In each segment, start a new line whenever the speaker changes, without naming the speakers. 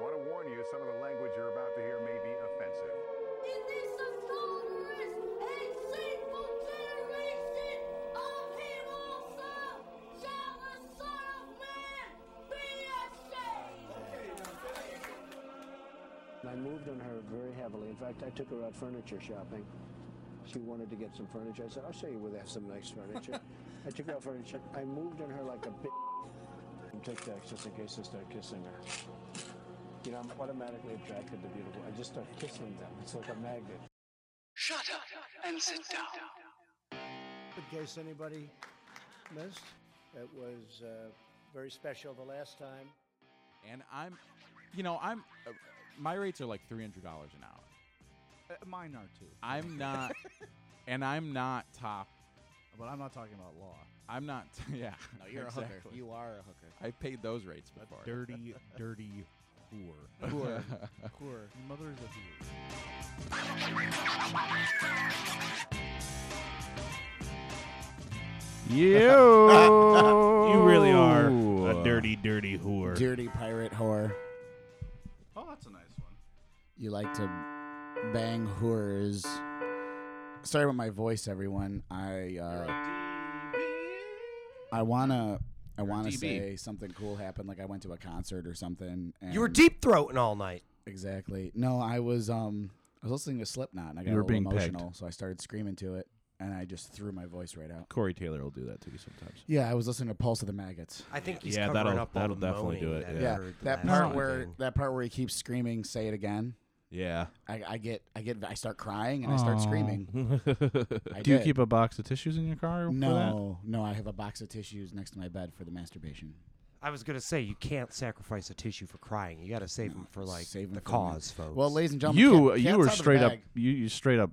want to warn you, some of the language you're about to hear may be offensive.
It is a glorious and sinful generation of evil some shall the Son of Man be ashamed.
I moved on her very heavily. In fact, I took her out furniture shopping. She wanted to get some furniture. I said, I'll show you where they have some nice furniture. I took her out furniture. I moved on her like a bitch. And took that just in case I start kissing her. You know, I'm automatically attracted to beautiful. I just start kissing them. It's like a magnet.
Shut up and sit down.
In case anybody missed, it was uh, very special the last time.
And I'm, you know, I'm, uh, my rates are like $300 an hour.
Uh, mine are too.
I'm not, and I'm not top.
But I'm not talking about law.
I'm not, yeah.
No, you're a hooker.
exactly.
You are a hooker.
I paid those rates before.
Dirty, dirty whore.
Whore.
Whore. Your mother is a whore.
You.
You really are a dirty, dirty whore.
Dirty pirate whore.
Oh, that's a nice one.
You like to bang whores. Sorry about my voice, everyone. I uh, I wanna I wanna
DB.
say something cool happened. Like I went to a concert or something. And
You were deep throating all night.
Exactly. No, I was um I was listening to Slipknot and I got
You were
a little
being pegged.
emotional, so I started screaming to it and I just threw my voice right out.
Corey Taylor will do that to you sometimes.
Yeah, I was listening to Pulse of the Maggots.
I think he's
Yeah,
covering
that'll-
up all
that'll
the
definitely do
moaning
it,
that
yeah.
I heard the
That
last
part
time.
where that part where he keeps screaming, say it again.
Yeah.
I, I get I get I start crying and I start screaming. I
do you
did.
keep a box of tissues in your car? For that?
No, no, I have a box of tissues next to my bed for the masturbation.
I was gonna say you can't sacrifice a tissue for crying. You gotta save them for like
Save 'em
the
for
cause,
me.
folks.
Well, ladies and gentlemen,
you
cat- cat's
you were
out of the
straight up
bag.
you, you straight up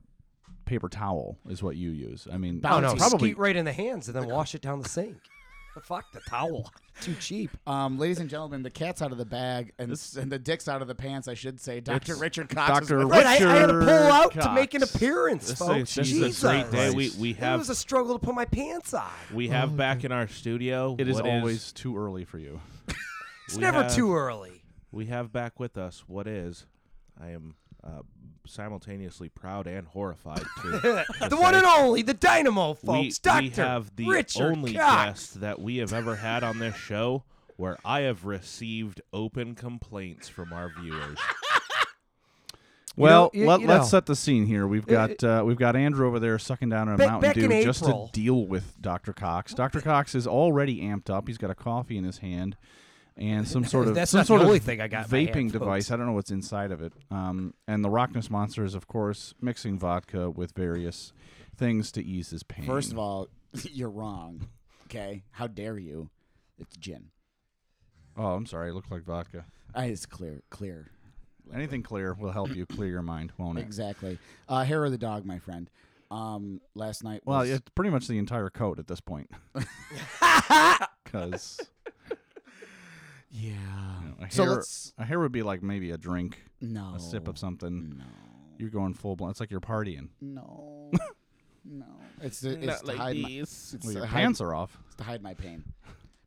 paper towel is what you use. I mean,
oh no,
bouncy.
probably
Probably-
skeet right in the hands and then wash it down the sink. Fuck the towel. Too cheap.
Um, ladies and gentlemen, the cat's out of the bag and and the dick's out of the pants. I should say, Doctor
It's
Richard Cox.
Dr.
Is with
Richard
Right, I, I had to pull out to
Cox.
make an appearance,
This is-
folks.
this is a
Jesus.
great day. We- we
it
have-
was a Oh, struggle to put my pants on.
we have back in our studio.
It is
what
always too early for you.
It's
we
never
have-
too early.
We have back with us what is. I am uh, simultaneously proud and horrified. To,
The one and only, the dynamo,
we,
folks.
we
Doctor
have the
Richard
only
Cox.
guest that we have ever had on this show where I have received open complaints from our viewers.
Well,
you-
let,
you know.
us set the scene here. We've got uh, we've got Andrew over there sucking down on a
Back-
Mountain
back in
Dew just to
April.
deal with Dr. Cox. Dr. Cox is already amped up. He's got a coffee in his hand and some sort of
That's
some
not the
sort
only
of
thing I got in my
vaping
hand,
device.
folks.
I don't know what's inside of it. Um, and the Rockness Monster is, of course, mixing vodka with various things to ease his pain.
First of all, you're wrong. Okay, how dare you? It's gin.
oh, I'm sorry, it looked like vodka.
Uh, it's clear, clear.
Anything clear will help you clear your mind, won't it?
Exactly. Uh, hair of the dog, my friend. Um, last night.
Well,
was-
it's pretty much the entire coat at this point. Because
yeah.
a hair,
So let's-
a hair would be like maybe a drink,
No.
a sip of something.
No.
You're going full blown. It's like you're partying.
No. no. It's to, it's to hide my, it's
Well,
to
your
hide-
pants are off.
it's to hide my pain.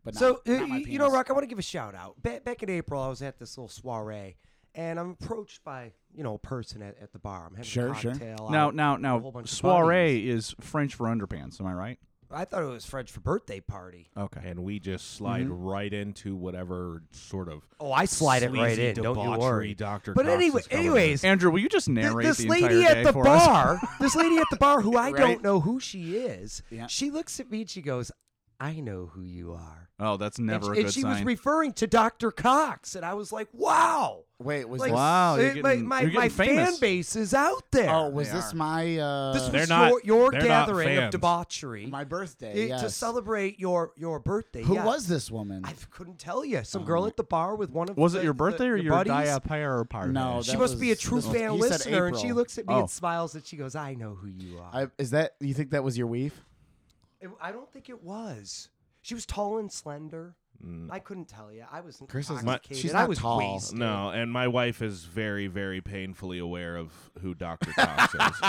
But
So
not,
uh,
not my
you know,
penis.
Rock, I want to give a shout out. Ba- back in April, I was at this little soiree, and I'm approached by you know a person at, at the bar. I'm having
Sure,
a
sure.
cocktail.
Now,
out
now,
with a whole
now,
bunch of
soiree
buddies.
is French for underpants. Am I right?
I thought it was French for birthday party.
Okay.
and we just slide right into whatever sort of
Mm-hmm. Oh, I slide it right
sleazy
in. Don't you
debauchery
worry,
Dr.
But
Cox
anyway,
is coming
anyways,
Andrew, will you just
th-
narrate
this
the entire
lady
day
at the
for us?
bar, this lady at the bar, who I
Right?
don't know who she is,
Yeah.
she looks at me and she goes, "I know who you are."
Oh, that's never
and
a
she,
good
and she was
sign.
referring to Dr. Cox, and I was like, "Wow."
Wait, was
Like,
this?
Wow, you're
it- my-
getting-
my,
you're getting
my fan
famous.
base is out there.
Oh, was
They
this
are.
my? Uh,
this
They're
was
not-
your, your
they're not
gathering of
fans.
debauchery
my
i-
birthday.
to
yes.
celebrate your your birthday.
Who
yes.
was Oh this woman?
I couldn't tell you. Some girl at the bar with one of
was
the-
it your birthday
the-
or your
buddies.
diaper party?
No,
She
That
must be a
was-
true
this was-
fan
you said
listener, and she
April.
looks at me
Oh.
and smiles, and she goes, "I know who you are."
I, is that you think that was your weave?
It- I, don't think it was. She was tall and slender.
Mm.
I couldn't tell you. I was
Chris is
not-
intoxicated.
she's
I
not
was
tall.
wasted.
No, and my wife is very, very painfully aware of who Dr. Cox is.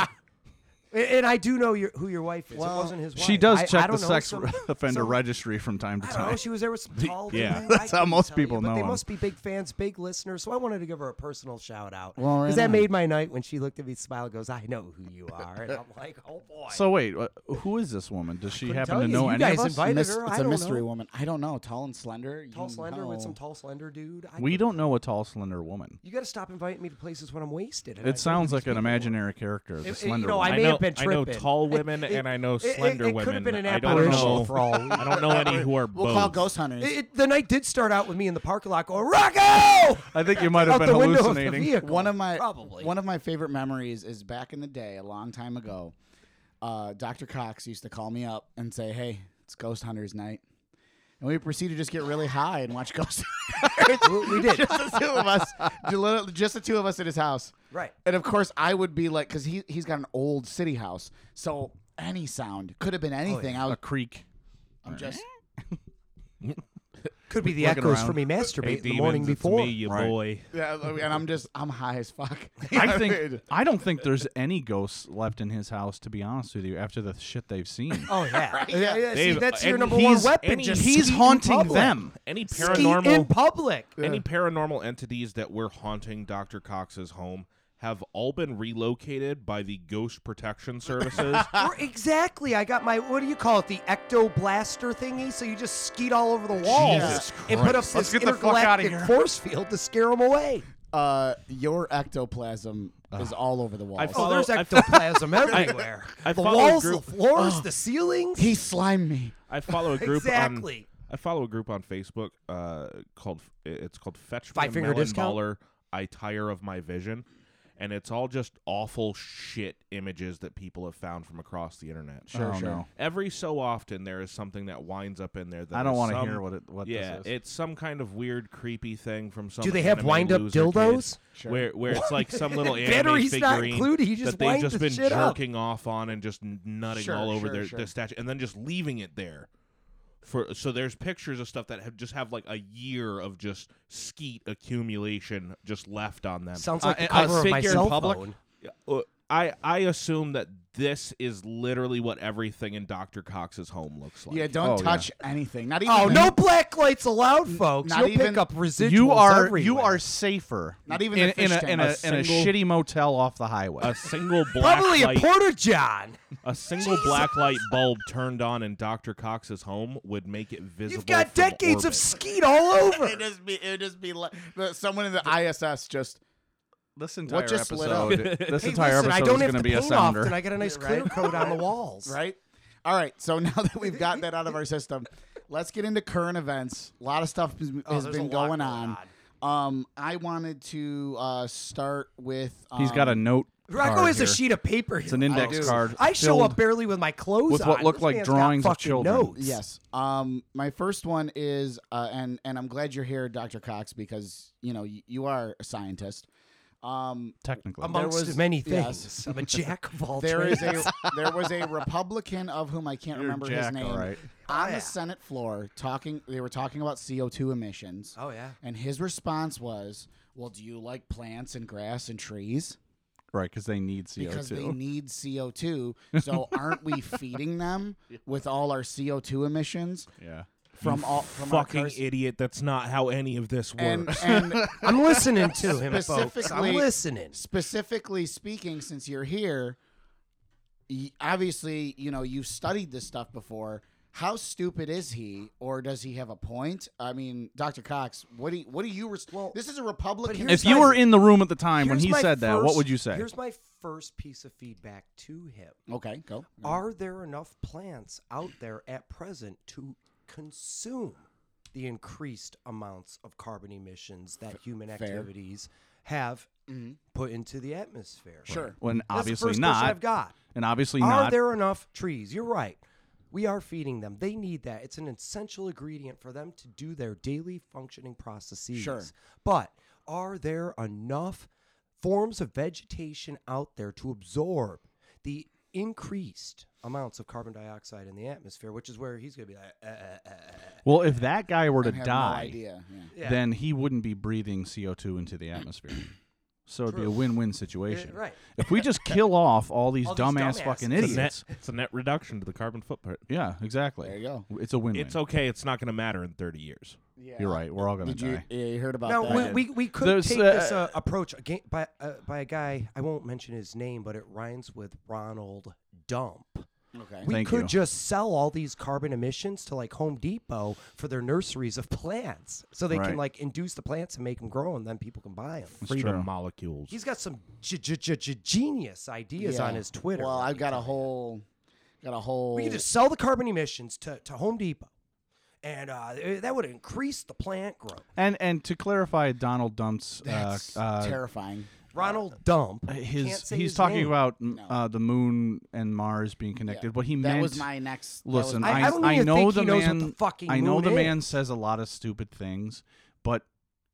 And, and I do know your, who your wife is.
Well,
it wasn't his wife.
She does
I-
check
I
the
don't know,
sex
some-
offender
some-
registry from time to
I
time.
don't know. She was there with some tall dude.
yeah,
I
that's how
couldn't
most
tell
people
you, but
know
They
him.
must be big fans, big listeners. So I wanted to give her a personal shout out because
Well, right
that
on.
made my night when she looked at me, smiled, goes, "I know who you are," and I'm like, "Oh boy."
so wait, uh, who is this woman? Does she
couldn't
happen
tell
to
you.
know
You
any
guys
of us?
invited
Mis-
her. I
it's a
don't
mystery
know.
woman. I don't know. Tall and slender. You
tall slender with some
know.
tall slender dude. I
We
couldn't
don't know a tall, slender woman.
You got to stop inviting me to places when I'm wasted. and I
It sounds
don't
like an
speak
imaginary character, the
It- it- you
slender
know, I
woman.
I
may
know,
have been
I know
tripping.
tall women and I know
it- it-
slender
it could have
women.
been an
I don't
apparition
know.
for all we-
I don't know any who are
We'll
both.
call ghost hunters.
the word. It, it- the night did start out with me in the parking lot going, Rocco!
I think you might have
Out
been
the window of the
hallucinating.
vehicle.
one of my
Probably.
one of my favorite memories is back in the day, a long time ago. Uh, Dr. Cox used to call me up and say, "Hey, it's Ghost Hunters night," and we proceeded to just get really high and watch Ghost. Hunters.
we did.
just the two of us, ju- literally just the two of us at his house.
Right.
And of course, I would be like, because he he's got an old city house, so any sound could have been anything. I
A
was
creek.
I'm just
Could be the
Looking
echoes
around.
from me masturbating
Hey,
the morning
demons, it's
before.
me, you
Right.
boy.
yeah, and I'm just I'm high as fuck.
I think I don't think there's any ghosts left in his house. To be honest with you, after the shit they've seen,
Oh, yeah. yeah, yeah, see,
They've-
that's your
and
number one
he's-
weapon.
and
Just
uh, he's
skeet in
haunting
public.
them.
Any
Skeet in
paranormal
public.
any paranormal entities that were haunting Dr. Cox's home have all been relocated by the ghost protection services.
Or exactly. I got my, what do you call it, the ectoblaster thingy? So you just skeet all over the walls
Jesus
and put up this
get the fuck outta
intergalactic
here.
force field to scare them away.
Uh, your ectoplasm is all over the walls.
I've-
Oh,
Follow-
there's
I-
ectoplasm everywhere.
I
the
follow
walls,
group-
the floors, the ceilings.
he slimed me.
I follow a group um,
Exactly.
on I follow a group on Facebook uh, called it's called Fetch Me
Five
a
Finger
Melon
Discount?
Baller, I tire of my vision. And it's all just awful shit images that people have found from across the internet.
Sure, Oh, sure. no.
Every so often, there is something that winds up in there. That
I don't
want
wanna
to
hear what it- what this
yeah,
is.
it's some kind of weird, creepy thing from some.
Do they have
anime
wind-up
loser kid
dildos?
Where where it's like some little anime
Battery's not
figurine
included, you just
that they've
wind
just
the
been
shit up.
jerking off on and just n- nutting
Sure,
all over
sure,
their,
sure.
their statue, and then just leaving it there for so there's pictures of stuff that have just have like a year of just skeet accumulation just left on them.
Sounds like
I-
the
I
cover of my
uh, figure in
cell
public-
phone.
Uh, I I assume that this is literally what everything in Dr. Cox's home looks like.
Yeah, don't
Oh, yeah.
touch anything. Not even.
Oh, no black lights allowed, folks.
not
You'll
even-
pick up residuals
you are
everywhere.
you are safer.
Not even
in,
the
in,
fish
a, in, a,
tank.
in
A
a
single-
shitty motel off the highway.
A single black
probably a
light,
porta john.
a single black light bulb turned on in Dr. Cox's home would make it visible.
You've got
from
decades of
orbit.
skeet all over.
It just be. It just be like the, someone in the ISS just.
this
entire
entire
just lit up?
episode, this
Hey,
entire
listen, I
episode
don't
is going
have
to
to
be a
paint
sounder.
often. I got a nice clear coat on the walls.
Right. All right. So now that we've got that out of our system, let's get into current events. A lot of stuff has,
Oh,
has
there's a
been
lot
going
going
on. Um, I wanted to uh, start with. Um,
He's got a note.
Rocco
card
has a
here.
sheet of paper.
It's an
I
index
do.
card.
I show
filled-
up barely with my clothes
with what
on.
look
This
like
man's got
drawings of
fucking
children.
Notes.
Yes. Um, my first one is, uh, and and I'm glad you're here, Dr. Cox, because you know you, you are a scientist. Um,
Technically,
amongst
was-
many
yes.
things. I'm a jack of all
there
trades.
is a there was a Republican of whom I can't
You're
remember his
Jack,
name
all right.
on
Oh, yeah.
the Senate floor talking. They were talking about CO two emissions.
Oh, yeah.
and his response was, "Well, do you like plants and grass and trees?"
right? Because they need CO2.
Because they need CO2. So aren't we feeding them with all our CO2 emissions
yeah.
from all from our
fucking
cars?
idiot. That's not how any of this works.
And, and
I'm listening to him, folks. I'm
Specifically-
listening.
specifically speaking, since you're here, y- obviously, you know, you've studied this stuff before. How stupid is he, or does he have a point? I mean, Dr. Cox, what do you, what do you? Res-
Well,
this is a Republican.
here's
If you
my-
were in the room at the time when
Here's
he
my
said that, what
first-
would you say?
Here's my first piece of feedback to him.
okay, go.
Are there enough plants out there at present to consume the increased amounts of carbon emissions that human activities have put into the atmosphere?
Sure.
When
That's the
obviously
first
not.
question I've got.
And obviously
Are
not.
there enough trees? You're right. We are feeding them. They need that. It's an essential ingredient for them to do their daily functioning processes.
Sure.
But are there enough forms of vegetation out there to absorb the increased amounts of carbon dioxide in the atmosphere, which is where he's going to be like, uh, uh, uh,
well, if that guy were to
I have no
die,
idea. Yeah.
yeah.
then he wouldn't be breathing CO2 into the atmosphere. So it'd be a win-win situation.
Yeah, Uh, right.
If we just kill off all these
All these
dumbass
dumbasses.
fucking
It's a,
idiots.
net, it's a net reduction to the carbon footprint.
Yeah, exactly.
There you go.
It's a win-win.
It's okay. It's not going to matter in 30 years.
Yeah.
You're right. We're all gonna
Did you,
die.
yeah, you heard about
Now
that?
we, we, we could
There's,
take this
uh,
uh, approach again by uh, by a guy I won't mention his name, but it rhymes with Ronald Dump.
okay.
We
Thank
could
you.
just sell all these carbon emissions to like Home Depot for their nurseries of plants, so they
Right.
can like induce the plants and make them grow, and then people can buy them.
It's
Freedom
true.
molecules.
He's got some g- g- g- g- genius ideas on
Yeah.
his Twitter.
Well, I've got a whole, got a whole.
We could just sell the carbon emissions to, to Home Depot, and uh, th- that would increase the plant growth.
And and to clarify, Donald Dump's uh,
that's
uh,
terrifying.
Ronald Dump. I can't
his
say
he's
his
talking
name.
about mm, uh, the moon and Mars being connected. What he
that
meant
was my next. that was
Listen,
my-
I-
I,
I don't
I
even
know
think
the
he knows what
man.
the fucking
I know
moon
the man
is.
says a lot of stupid things, but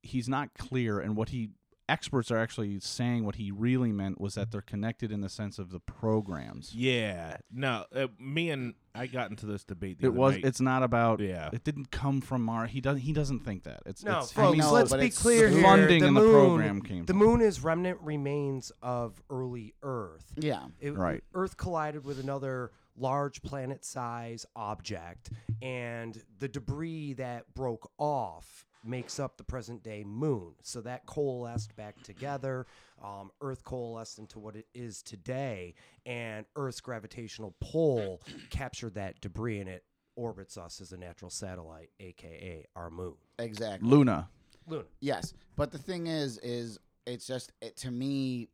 he's not clear. And what he experts are actually saying, what he really meant was that they're connected in the sense of the programs.
yeah. No, uh, me and I got into this debate. The
It
other
was.
night.
It's not about.
Yeah.
It didn't come from Mars. He doesn't. He doesn't think that. It's
No,
It's,
folks,
I mean,
No,
let's
but
be
it's-
clear
the
here.
funding
the
and the
moon,
program came
The
from.
moon is remnant remains of early Earth.
Yeah.
Um, It-
Right.
Earth collided with another large planet size object, and the debris that broke off makes up the present day moon. So that coalesced back together. Um, Earth coalesced into what it is today, and Earth's gravitational pull captured that debris and it orbits us as a natural satellite, aka our moon.
Exactly.
Luna.
Luna.
Yes, but the thing is, is it's just it, to me,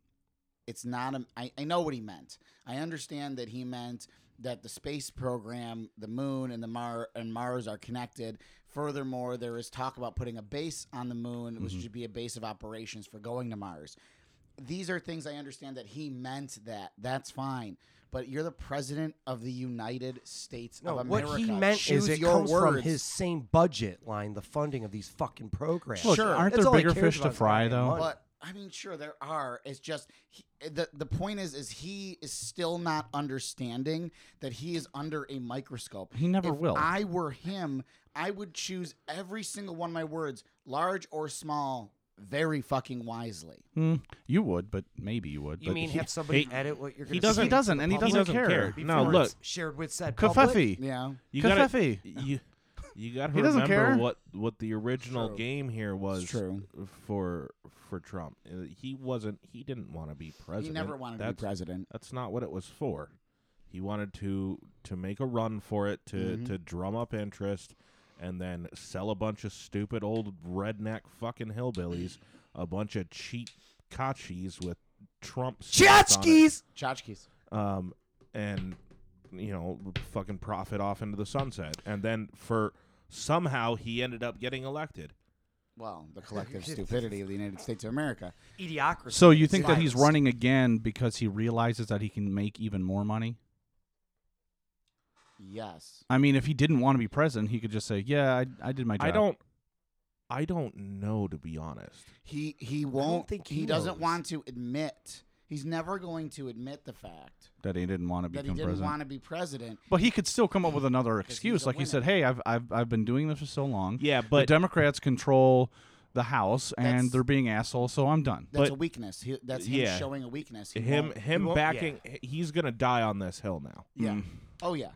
it's not. A, I, I know what he meant. I understand that he meant that the space program, the moon and the Mar and Mars are connected. Furthermore, there is talk about putting a base on the moon, which should be a base of operations for going to Mars. These are things I understand that he meant that. That's fine. But you're the president of the United States
No,
of America.
what he meant
Choose
is it
your
comes
words.
from his same budget line, the funding of these fucking programs.
Look, Sure. aren't
That's
there
all he
bigger fish
cares
to
about is
fry,
goddamn
though?
money.
But I mean, sure, there are. It's just he, the the point is, is he is still not understanding that he is under a microscope.
He never
If
will.
I were him, I would choose every single one of my words, large or small, very fucking wisely.
Hmm, you would, but maybe you would.
you
but
mean
he,
have somebody
he-
edit what you're going
he
to
doesn't-
he doesn't, and he
He
doesn't,
doesn't care. No, look,
shared with said public?
Kafefi.
Yeah.
you got
Kafefi.
you, you got to
E. He doesn't
remember
care.
what what the original game here was
true.
for for Trump. Uh, He wasn't. He didn't want to be
He
president.
never wanted to be
That's-
president.
That's not what it was for. He wanted to to make a run for it to
Mm-hmm.
to drum up interest and then sell a bunch of stupid old redneck fucking hillbillies a bunch of cheap cotchies with Trump stamps on it
Tchotchkes!
Tchotchkes.
um, and you know fucking profit off into the sunset and then for somehow he ended up getting elected
Well, the collective stupidity of the United States of America.
Idiocracy.
So you think that he's
Liars.
running again because he realizes that he can make even more money?
Yes.
I mean, if he didn't want to be president, he could just say, "Yeah, I, I did my job."
i don't i don't know to be honest
He he won't.
think
he
he
doesn't
knows.
want to admit. He's never going to admit the fact
that he didn't want to
that
become
he didn't
president.
want to be president.
but he could still come up with another
he's
excuse,
a
like he
winner.
said, "Hey, I've, I've I've been doing this for so long.
Yeah,
The
but-
Democrats control the House,
That's-
and they're being assholes, so I'm done."
That's
But-
a weakness. He, that's him
Yeah.
showing a weakness. He
him
won't-
him mm.
won't-
backing he's gonna die on this hill now
yeah. Oh yeah.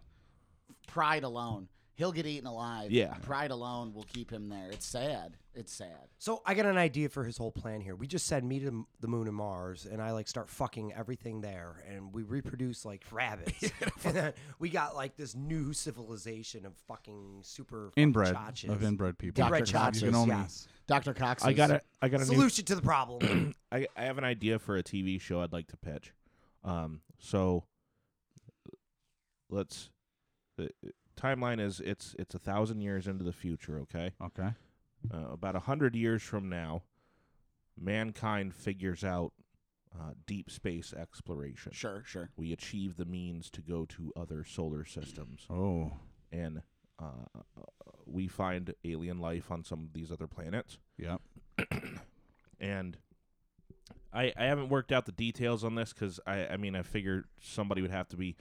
Pride alone, he'll get eaten alive.
Yeah.
Pride alone will keep him there. It's sad. It's sad.
So I got an idea for his whole plan here. We just send me to m- the moon and Mars, and I like start fucking everything there, and we reproduce like rabbits. and then we got like this new civilization of fucking super fucking
Inbred
tchotchkes.
of inbred people.
Dr.
Inbred
Coxes,
You can
tchotchkes,
only-
yes.
Dr. Cox.
i got a i got a new
Solution to the problem.
I, I have an idea for a TV show I'd like to pitch. Um, so let's the uh, timeline is it's it's a thousand years into the future. Okay,
Okay.
uh, about a hundred years from now, mankind figures out uh, deep space exploration.
Sure, sure.
We achieve the means to go to other solar systems,
Oh,
and uh, we find alien life on some of these other planets
yeah.
and I I haven't worked out the details on this because I I mean I figured somebody would have to be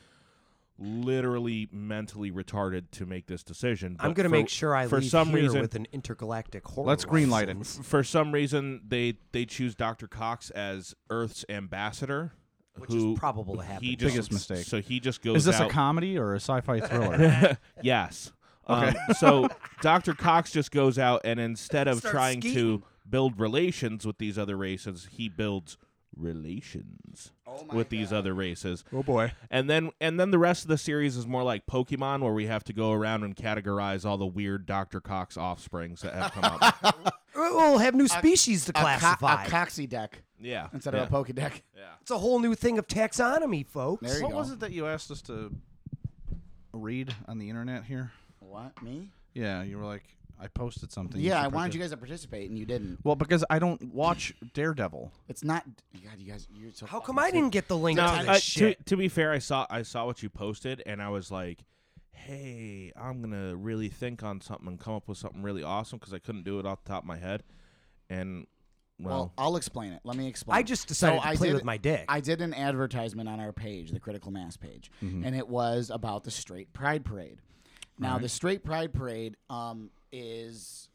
literally mentally retarded to make this decision.
I'm
but
going to
for-
make sure I
for
leave
some
here
reason
with an intergalactic horror.
Let's greenlight it.
license,
for some reason they they choose Dr. Cox as Earth's ambassador,
which
who
is probable to happen.
he just
Biggest mistake.
So he just goes.
Is this
out,
a comedy or a sci-fi thriller?
Yes. Okay. so Dr. Cox just goes out and instead of
Starts
trying
skiing.
to build relations with these other races, he builds relations
Oh
with these other races.
Oh boy.
And then and then the rest of the series is more like Pokemon where we have to go around and categorize all the weird Dr. Cox offsprings that have come up.
Oh, We'll have new species to
A, co- a
classify.
coxy deck
yeah.
instead
Ah, yeah.
of a poke deck.
it's a whole new thing of taxonomy, folks.
There you
what
go.
was it that you asked us to read on the internet here?
What me?
Yeah, you were like, I posted something.
Yeah,
should
I wanted you
partic-
guys to participate and you didn't.
Well, because I don't watch Daredevil.
It's not. God, you guys, you're so.
How
fucking
come I didn't get the link
No,
to this
uh, to,
shit?
to be fair, I saw I saw what you posted, and I was like, "Hey, I'm gonna really think on something and come up with something really awesome because I couldn't do it off the top of my head." And
Well,
well,
I'll explain it. Let me explain.
I just decided
So
to
I
play
did-
with my dick.
I did an advertisement on our page, the Critical Mass page,
Mm-hmm.
and it was about the Straight Pride Parade. Now, the Straight Pride Parade um, is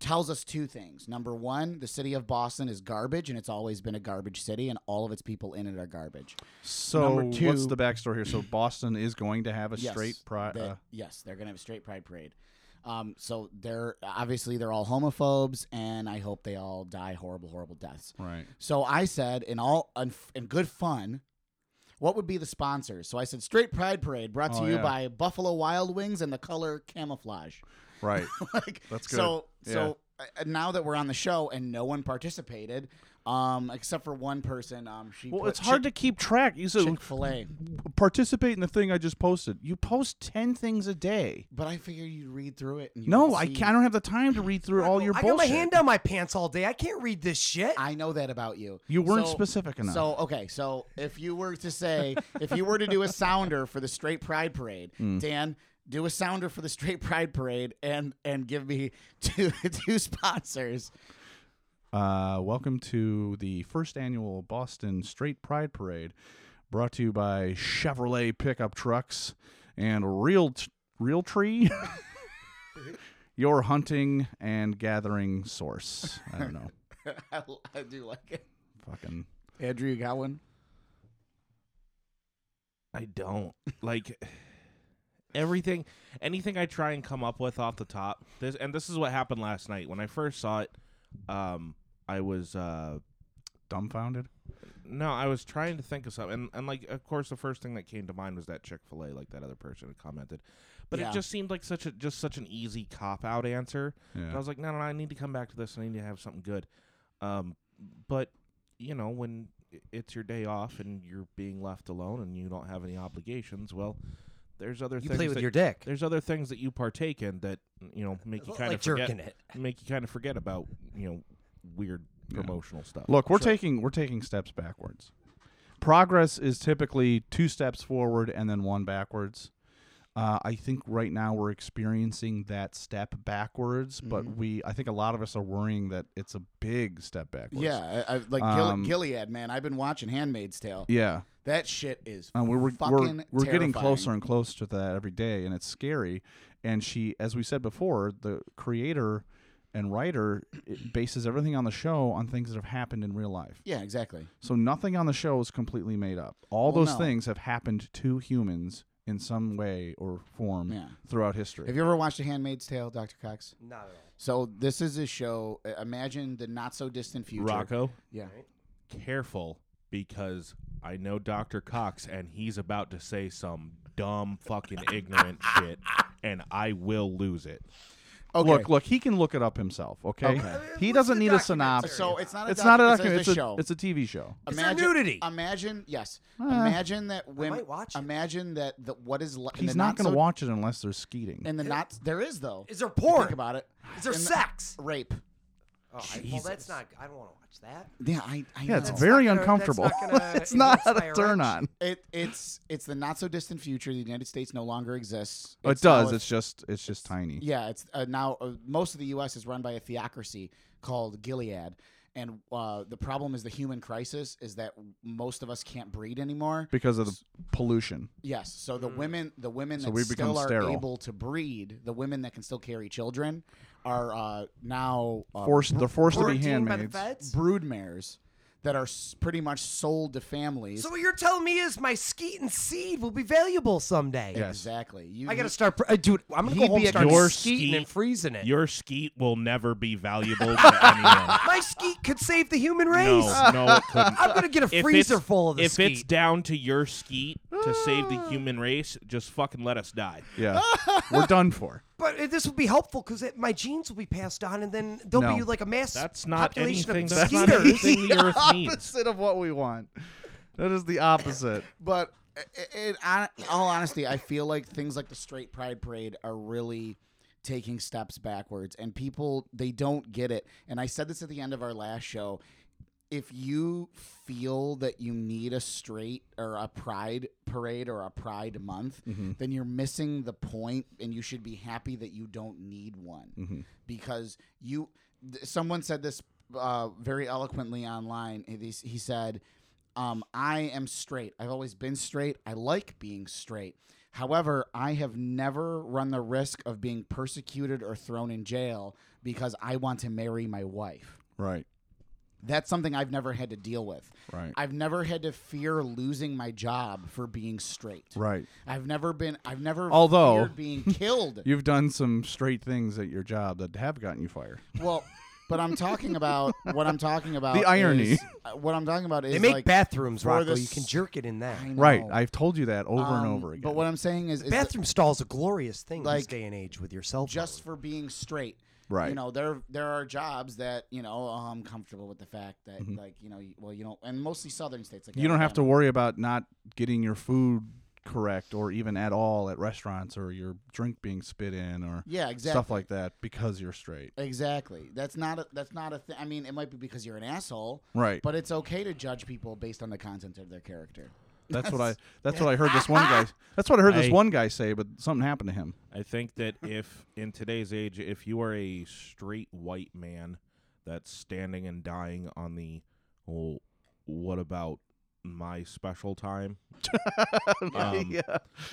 tells us two things. Number one, the city of Boston is garbage, and it's always been a garbage city, and all of its people in it are garbage.
So
Number two-
what's the backstory here? So Boston is going to have a
Yes,
straight pride.
they-
Uh,
yes, they're gonna have a straight pride parade. Um, so they're obviously they're all homophobes, and I hope they all die horrible, horrible deaths.
right.
So I said, in all in, in good fun, what would be the sponsors? So I said, Straight Pride Parade, brought to
Oh,
you
yeah.
by Buffalo Wild Wings and the color camouflage.
Right.
like
That's
So
good.
so uh, now that we're on the show and no one participated, um, except for one person, um, she
well, it's hard to keep track. You said
Chick Fil A.
participate in the thing I just posted. You post ten things a day.
But I figure you'd read through it. And you
No,
would
I
see-
can't, I don't have the time to read through all your
I got
bullshit.
my hand down my pants all day. I can't read this shit.
I know that about you.
You weren't specific enough.
So okay, so if you were to say, if you were to do a sounder for the Straight Pride Parade,
Mm.
Dan, do a sounder for the Straight Pride Parade, and and give me two two sponsors.
Uh, welcome to the first annual Boston Straight Pride Parade, brought to you by Chevrolet pickup trucks and Real Real Tree. Your hunting and gathering source. I don't know.
I, I do like it.
Fucking.
Andrew, you got one?
I don't like everything. Anything I try and come up with off the top. This and this is what happened last night when I first saw it. Um, I was uh.
dumbfounded.
No, I was trying to think of something, and, and like, of course, the first thing that came to mind was that Chick Fil A, like that other person had commented, but
Yeah.
it just seemed like such a just such an easy cop out answer. And
Yeah.
I was like, no, no, no, I need to come back to this. and I need to have something good. Um, but you know, when i- it's your day off and you're being left alone and you don't have any obligations, well, there's other
you
things
play with
that-
your dick.
There's other things that you partake in that you know make you
Like
kind of forget,
jerking it.
make you kind of forget about you know weird promotional stuff.
Look, we're taking we're taking steps backwards. Progress is typically two steps forward and then one backwards. Uh, I think right now we're experiencing that step backwards, but
Mm-hmm.
we I think a lot of us are worrying that it's a big step backwards.
Yeah, I, I, like Gil-
Um,
Gilead, man. I've been watching *Handmaid's Tale*.
Yeah.
That shit is
And Uh, we're we're,
fucking.
we're, we're getting
terrifying.
closer and closer to that every day, and it's scary. And she, as we said before, the creator and writer it bases everything on the show on things that have happened in real life.
Yeah, exactly.
So nothing on the show is completely made up. All
Well,
those
no.
things have happened to humans in some way or form
Yeah.
throughout history.
Have you ever watched *The Handmaid's Tale*, Dr. Cox?
Not at all.
So this is a show. uh, Imagine the not so distant future.
Rocco.
Yeah.
careful because I know Dr. Cox and he's about to say some dumb fucking ignorant shit and I will lose it.
Okay.
Look, look, he can look it up himself, okay? He doesn't need a synopsis.
So it's not a
it's
docu-
not a
it's a-
document, it's
it's a
a,
show.
It's a Ah. TV show.
Is there nudity?
Imagine, yes. imagine that women.
might watch it.
Imagine that the, what is. li- in
He's
the
not going to
so-
watch it unless there's skeeting.
In the not, there is though.
Is there
If you
porn?
Think about it.
Is there
In the-
sex?
rape?
Oh, I, well, that's not. I don't want to watch that.
Yeah, I. I
yeah, it's
know.
not
very
gonna- that's
uncomfortable.
not gonna
it's not
inspire
a turn
action.
on.
It, it's it's the not so distant future. The United States no longer exists.
Oh, It
now
does.
a-
It's just it's just tiny.
yeah. It's uh, now uh, most of the U.S. is run by a theocracy called Gilead, and uh, the problem is the human crisis is that most of us can't breed anymore.
because of the pollution.
Yes. So
Mm.
the women, the women
So
that
we become
still are
sterile.
able to breed, the women that can still carry children, are uh, now uh,
Forced, they're forced to be
Quarantined by the
handmaids.
feds?
brood mares that are s- pretty much sold to families.
So what you're telling me is my skeet and seed will be valuable someday.
exactly. You,
Mm-hmm.
I gotta start, pr- uh, dude. I'm gonna
He'd
go home
be a
and start
Your
skeeting
skeet-
and freezing it.
Your skeet will never be valuable to anyone.
my skeet could save the human race.
No, no, it couldn't.
I'm gonna get a
If
freezer
it's-
full of the
If
skeet. Ah.
it's down to your skeet to save the human race, just fucking let us die.
Yeah, we're done for.
but uh, this will be helpful because my genes will be passed on, and then there'll
No.
be like a mass
That's not
population
anything.
of
That's not
skeeters.
anything the earth needs.
Opposite of what we want. That is the opposite.
but uh, in, in all honesty, I feel like things like the Straight Pride Parade are really taking steps backwards, and people they don't get it. And I said this at the end of our last show. If you feel that you need a straight or a pride parade or a pride month, then you're missing the point, and you should be happy that you don't need one because you. Th- someone said this uh, very eloquently online. He, he said, um, I am straight. I've always been straight. I like being straight. However, I have never run the risk of being persecuted or thrown in jail because I want to marry my wife.
Right.
That's something I've never had to deal with.
Right.
I've never had to fear losing my job for being straight.
Right.
I've never been. I've never.
Although-
feared being killed.
You've done some straight things at your job that have gotten you fired.
well, but I'm talking about what I'm talking about.
The irony.
is- uh, what I'm talking about is
They make
like,
bathrooms,
for
Rocco.
the
You can
s-
jerk it in that.
I know.
Right. I've told you that over and
Um,
over again.
But what I'm saying is, is that-
Bathroom stalls a glorious thing in this
Like,
day and age with your cell phone.
just for being straight.
Right.
You know, there there are jobs that you know oh, I'm comfortable with the fact that like you know you- well you don't and mostly southern states like
Mm-hmm. you don't have to
Alabama.
worry about not getting your food correct or even at all at restaurants or your drink being spit in or
Yeah,
stuff
exactly.
like that because you're straight.
Exactly. That's not a that's not a thing. I mean, it might be because you're an asshole,
Right.
But it's okay to judge people based on the content of their character.
That's what I that's what I heard this one guy that's what I heard this
I-
one guy say, but something happened to him.
I think that if in today's age, if you are a straight white man that's standing and dying on the, well, what about my special time? Um,
You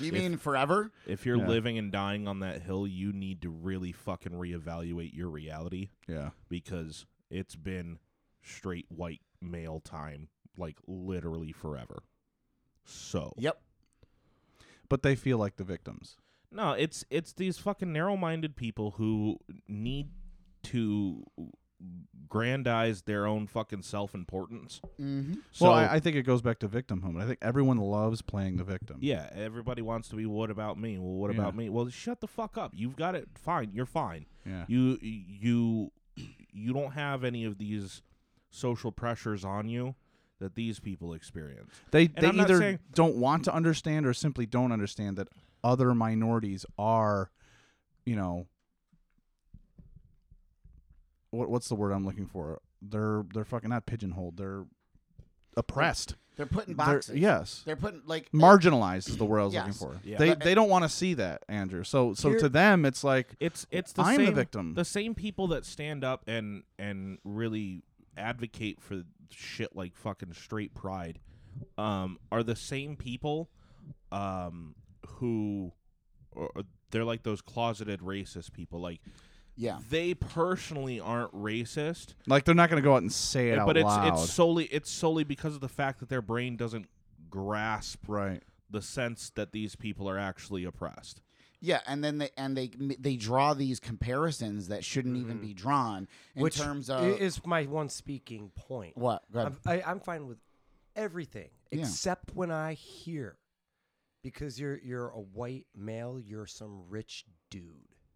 If-
mean forever?
If you're
Yeah.
living and dying on that hill, you need to really fucking reevaluate your reality
Yeah.
because it's been straight white male time like literally forever. So
Yep.
But they feel like the victims.
no, it's it's these fucking narrow-minded people who need to grandize their own fucking self-importance.
Mm-hmm.
So
well, I, I think it goes back to victimhood. I think everyone loves playing the victim.
yeah, everybody wants to be what about me? Well, what
Yeah.
about me? Well, shut the fuck up. You've got it fine. You're fine.
Yeah.
you you you don't have any of these social pressures on you that these people experience.
They
And
they
I'm not
either
saying-
don't want to understand or simply don't understand that other minorities are, you know, what what's the word I'm looking for? They're they're fucking not pigeonholed. They're oppressed.
They're putting
They're-
boxes.
yes.
They're putting like
Marginalized is the word I was
Yes.
looking for.
Yeah.
They they don't want to see that, Andrew. So so to them it's like
It's it's the
I'm the
same
victim.
The same people that stand up and and really advocate for shit like fucking straight pride um are the same people um who or, or they're like those closeted racist people like
Yeah.
they personally aren't racist
like they're not going to go out and say it out
but it's
loud.
it's solely it's solely because of the fact that their brain doesn't grasp
right.
the sense that these people are actually oppressed.
Yeah, and then they and they they draw these comparisons that shouldn't even be drawn in
which
terms
i-
of
is my one speaking point.
what. Go ahead.
I'm, I, I'm fine with everything
Yeah.
except when I hear because you're you're a white male, you're some rich dude.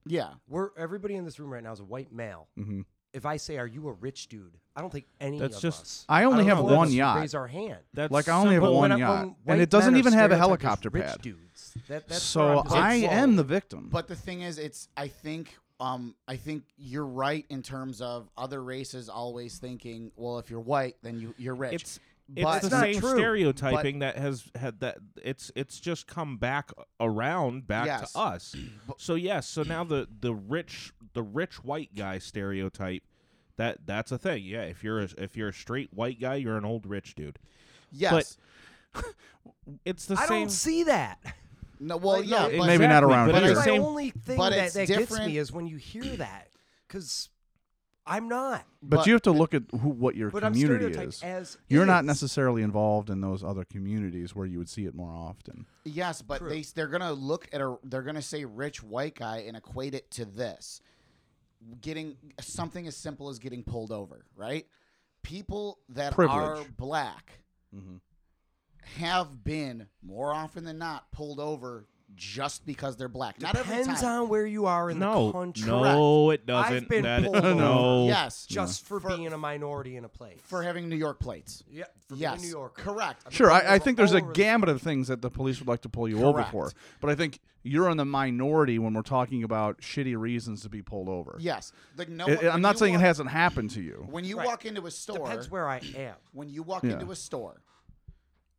yeah,
We're everybody in this room right now is a white male.
Mhm.
If I say, "Are you a rich dude?" I don't think any
That's
of
just-
us.
I only
don't
have
know if
one
us would
yacht.
Raise our hand.
That's
Like, I only have
simple.
one
when I-
yacht,
when
and
white
it doesn't
men are
even have a
stereotyped as
helicopter
rich
pad.
Dudes. That, that's where
So
I'm just
I
like,
am
whoa.
the victim.
But the thing is, it's I think um I think you're right in terms of other races always thinking, well, if you're white, then you you're rich.
It's
But-
it's the
It's not
same
true,
stereotyping that has had that it's it's just come back around back
Yes.
to us. so yes, so now the the rich the rich white guy stereotype That that's a thing. Yeah, if you're a, if you're a straight white guy, you're an old rich dude.
Yes.
It's the
I
same.
don't see that.
no. Well,
Like, no,
yeah.
it-
but-
Maybe not around
but
here.
it's
My
same-
only thing
but
that,
it's
that gets
different-
me is when you hear that, because I'm not.
But,
But-
you have to look at who, what your
But I'm
community
stereotyped
is.
as
You're not
is.
necessarily involved in those other communities where you would see it more often.
Yes, but they they're gonna look at a they're gonna say rich white guy and equate it to this, getting something as simple as getting pulled over, right? People that are
Privilege. Mm-hmm.
black have been more often than not pulled over just because they're black. Not every
Depends
time.
on where you are in
no,
the country.
no, it doesn't.
I've been
That-
pulled
Oh.
no.
over.
Mm-hmm.
yes,
Just for, being a minority in a place.
for having New York plates.
yeah, for being
yes,
a New Yorker.
correct.
Sure,
pulled
I, I
over
think there's a
all over the-
gamut of things that the police would like to pull you over
Correct.
for. But I think you're in the minority when we're talking about shitty reasons to be pulled over.
Yes, like no.
It-
one-
it- I'm
when
not
you
saying
walk-
it hasn't happened to you.
When you
Right.
walk into a store,
Depends where I am.
when you walk
Yeah.
into a store,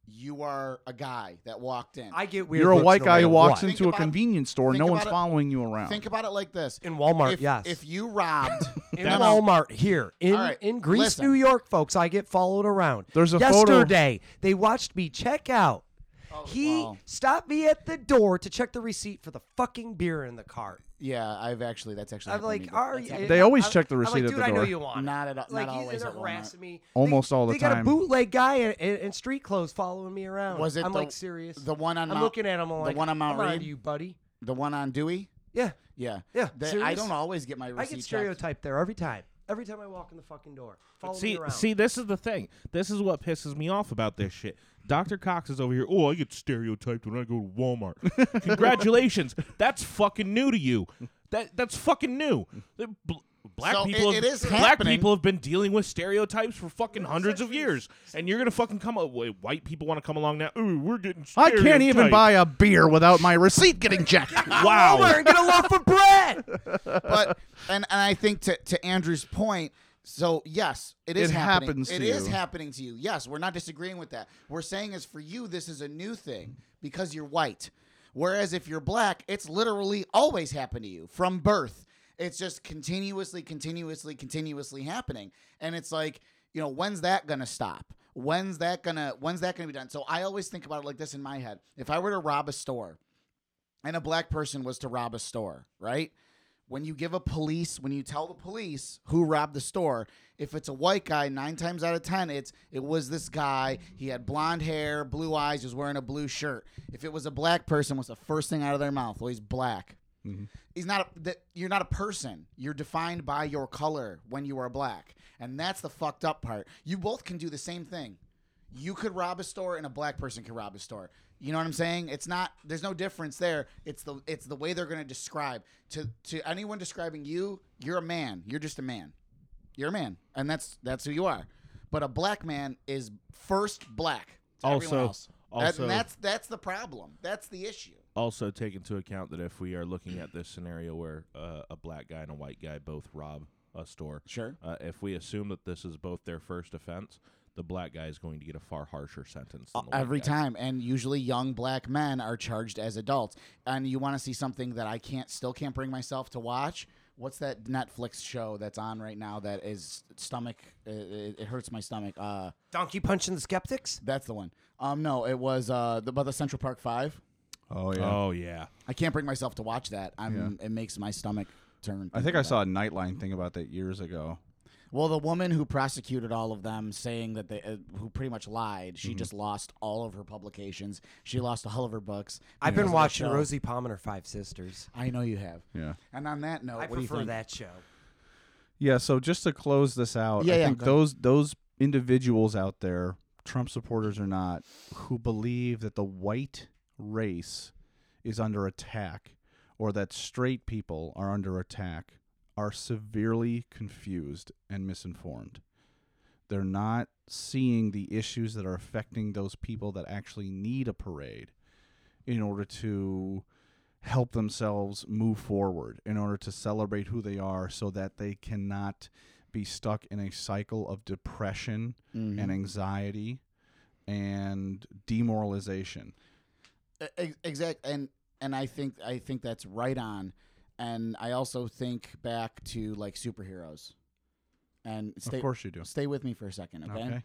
you are a guy that walked in.
I get weird.
You're a
looks
white
no
guy who
matter
walks
what.
in-
into
Think
a
about-
convenience store,
think
no one's
about it-
following you around.
Think about it like this:
In Walmart,
If,
yes.
If you robbed,
in
No, no.
Walmart here in
All right,
in Greece,
listen.
New York, folks. I get followed around.
There's a photo-
yesterday. They watched me check out. he
Oh, wow.
stopped me at the door to check the receipt for the fucking beer in the cart.
yeah, I've actually that's actually.
I'm
happened to
like,
me, but
are
that's
you?
happened-
They always
I'm-
check the
I'm
receipt
like,
at
dude,
the
I know
door.
you want it.
Not at all-
Like,
not
you-
always
They're
at Walmart.
harassing me.
Almost
They-
all the
They got a
time.
bootleg guy in, in, in street clothes following me around.
Was it
I'm
the-
like serious.
the one on
I'm
Mount-
looking at him. I'm
the
like,
one on Mount
I'm outta
Reed?
you, buddy.
the one on Dewey.
Yeah.
Yeah,
Yeah,
They- I
serious?
don't always get my receipt.
I get
checked.
stereotyped there every time. Every time I walk in the fucking door. Follow
See,
me around.
see, this is the thing. This is what pisses me off about this shit. Dr. Cox is over here. Oh, I get stereotyped when I go to Walmart. Congratulations, that's fucking new to you. That that's fucking new. The bl- Black
So
people,
it-
have,
it is
black
happening.
people have been dealing with stereotypes for fucking hundreds of years, and you're gonna fucking come. up- Wait, white people want to come along now. Ooh, we're getting.
I can't even
stereotyped."
buy a beer without my receipt getting checked.
Go over
Wow.
and get a loaf of bread.
but and and I think to to Andrew's point. So yes, it is
It
happening.
happens to
It is
you.
happening to you. Yes, we're not disagreeing with that. We're saying is for you this is a new thing because you're white. Whereas if you're black, it's literally always happened to you from birth. It's just continuously, continuously, continuously happening. And it's like, you know, when's that gonna stop? When's that gonna when's that gonna be done? So I always think about it like this in my head. If I were to rob a store, and a black person was to rob a store, right? When you give a police, when you tell the police who robbed the store, if it's a white guy, nine times out of ten, it's it was this guy. He had blonde hair, blue eyes, he was wearing a blue shirt. If it was a black person, what's the first thing out of their mouth? Well, he's black. He's not a, that you're not a person. You're defined by your color when you are black, and that's the fucked up part. You both can do the same thing you could rob a store and a black person could rob a store. You know what I'm saying? It's not there's no difference there. It's the it's the way they're going to describe to to anyone describing you, you're a man. You're just a man. You're a man, and that's that's who you are. But a black man is first black. To everyone
Also-
else. That-
also-
and that's that's the problem. That's the issue.
also take into account that if we are looking at this scenario where uh, a black guy and a white guy both rob a store,
Sure.
uh, if we assume that this is both their first offense, the black guy is going to get a far harsher sentence than the white
Uh, Every
guy.
time, and usually young black men are charged as adults. And you want to see something that I can't, still can't bring myself to watch. What's that Netflix show that's on right now that is stomach? It, it, it hurts my stomach. Uh,
Donkey punching the skeptics?
that's the one. Um, no, it was uh the, about the Central Park Five.
oh yeah.
Oh yeah,
I can't bring myself to watch that. I'm. It makes my stomach turn.
I think I saw a Nightline thing about that years ago.
Well, the woman who prosecuted all of them, saying that they, uh, who pretty much lied, she just lost all of her publications. She lost all of her books.
I've
because of
been
the
watching
show.
Rosie Palm and her five sisters.
I know you have.
Yeah.
And on that note,
I
what do you
prefer
think?
that show.
Yeah, so just to close this out,
Yeah,
I
yeah,
think
go ahead.
those those individuals out there, Trump supporters or not, who believe that the white race is under attack or that straight people are under attack are severely confused and misinformed. They're not seeing the issues that are affecting those people that actually need a parade in order to help themselves move forward in order to celebrate who they are so that they cannot be stuck in a cycle of depression
Mm-hmm.
and anxiety and demoralization.
E-, Exact and and I think I think that's right on. And I also think back to like superheroes. and stay,
of course you do.
stay with me for a second, okay?
Okay.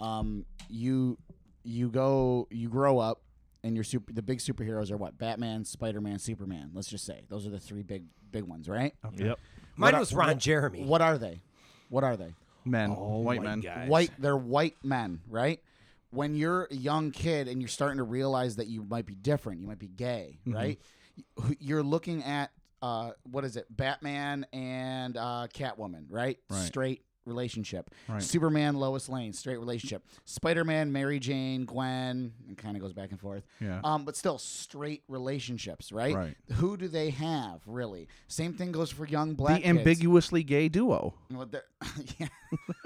Um, you you go you grow up, and your super the big superheroes are what Batman, Spider Man, Superman. Let's just say those are the three big big ones, right?
Yep.
Mine
What I-
was Ron Jeremy.
What are they? What are they?
Men,
Oh
white men.
White. They're white men, right? When you're a young kid and you're starting to realize that you might be different, you might be gay,
Mm-hmm.
right? You're looking at uh, what is it? Batman and uh, Catwoman, right?
Right.
Straight relationship.
Right.
Superman, Lois Lane, straight relationship. Spider Man, Mary Jane, Gwen, and kind of goes back and forth.
Yeah.
Um, but still straight relationships, right?
Right.
Who do they have really? Same thing goes for young black.
The
kids.
ambiguously gay duo.
Well, they're- yeah.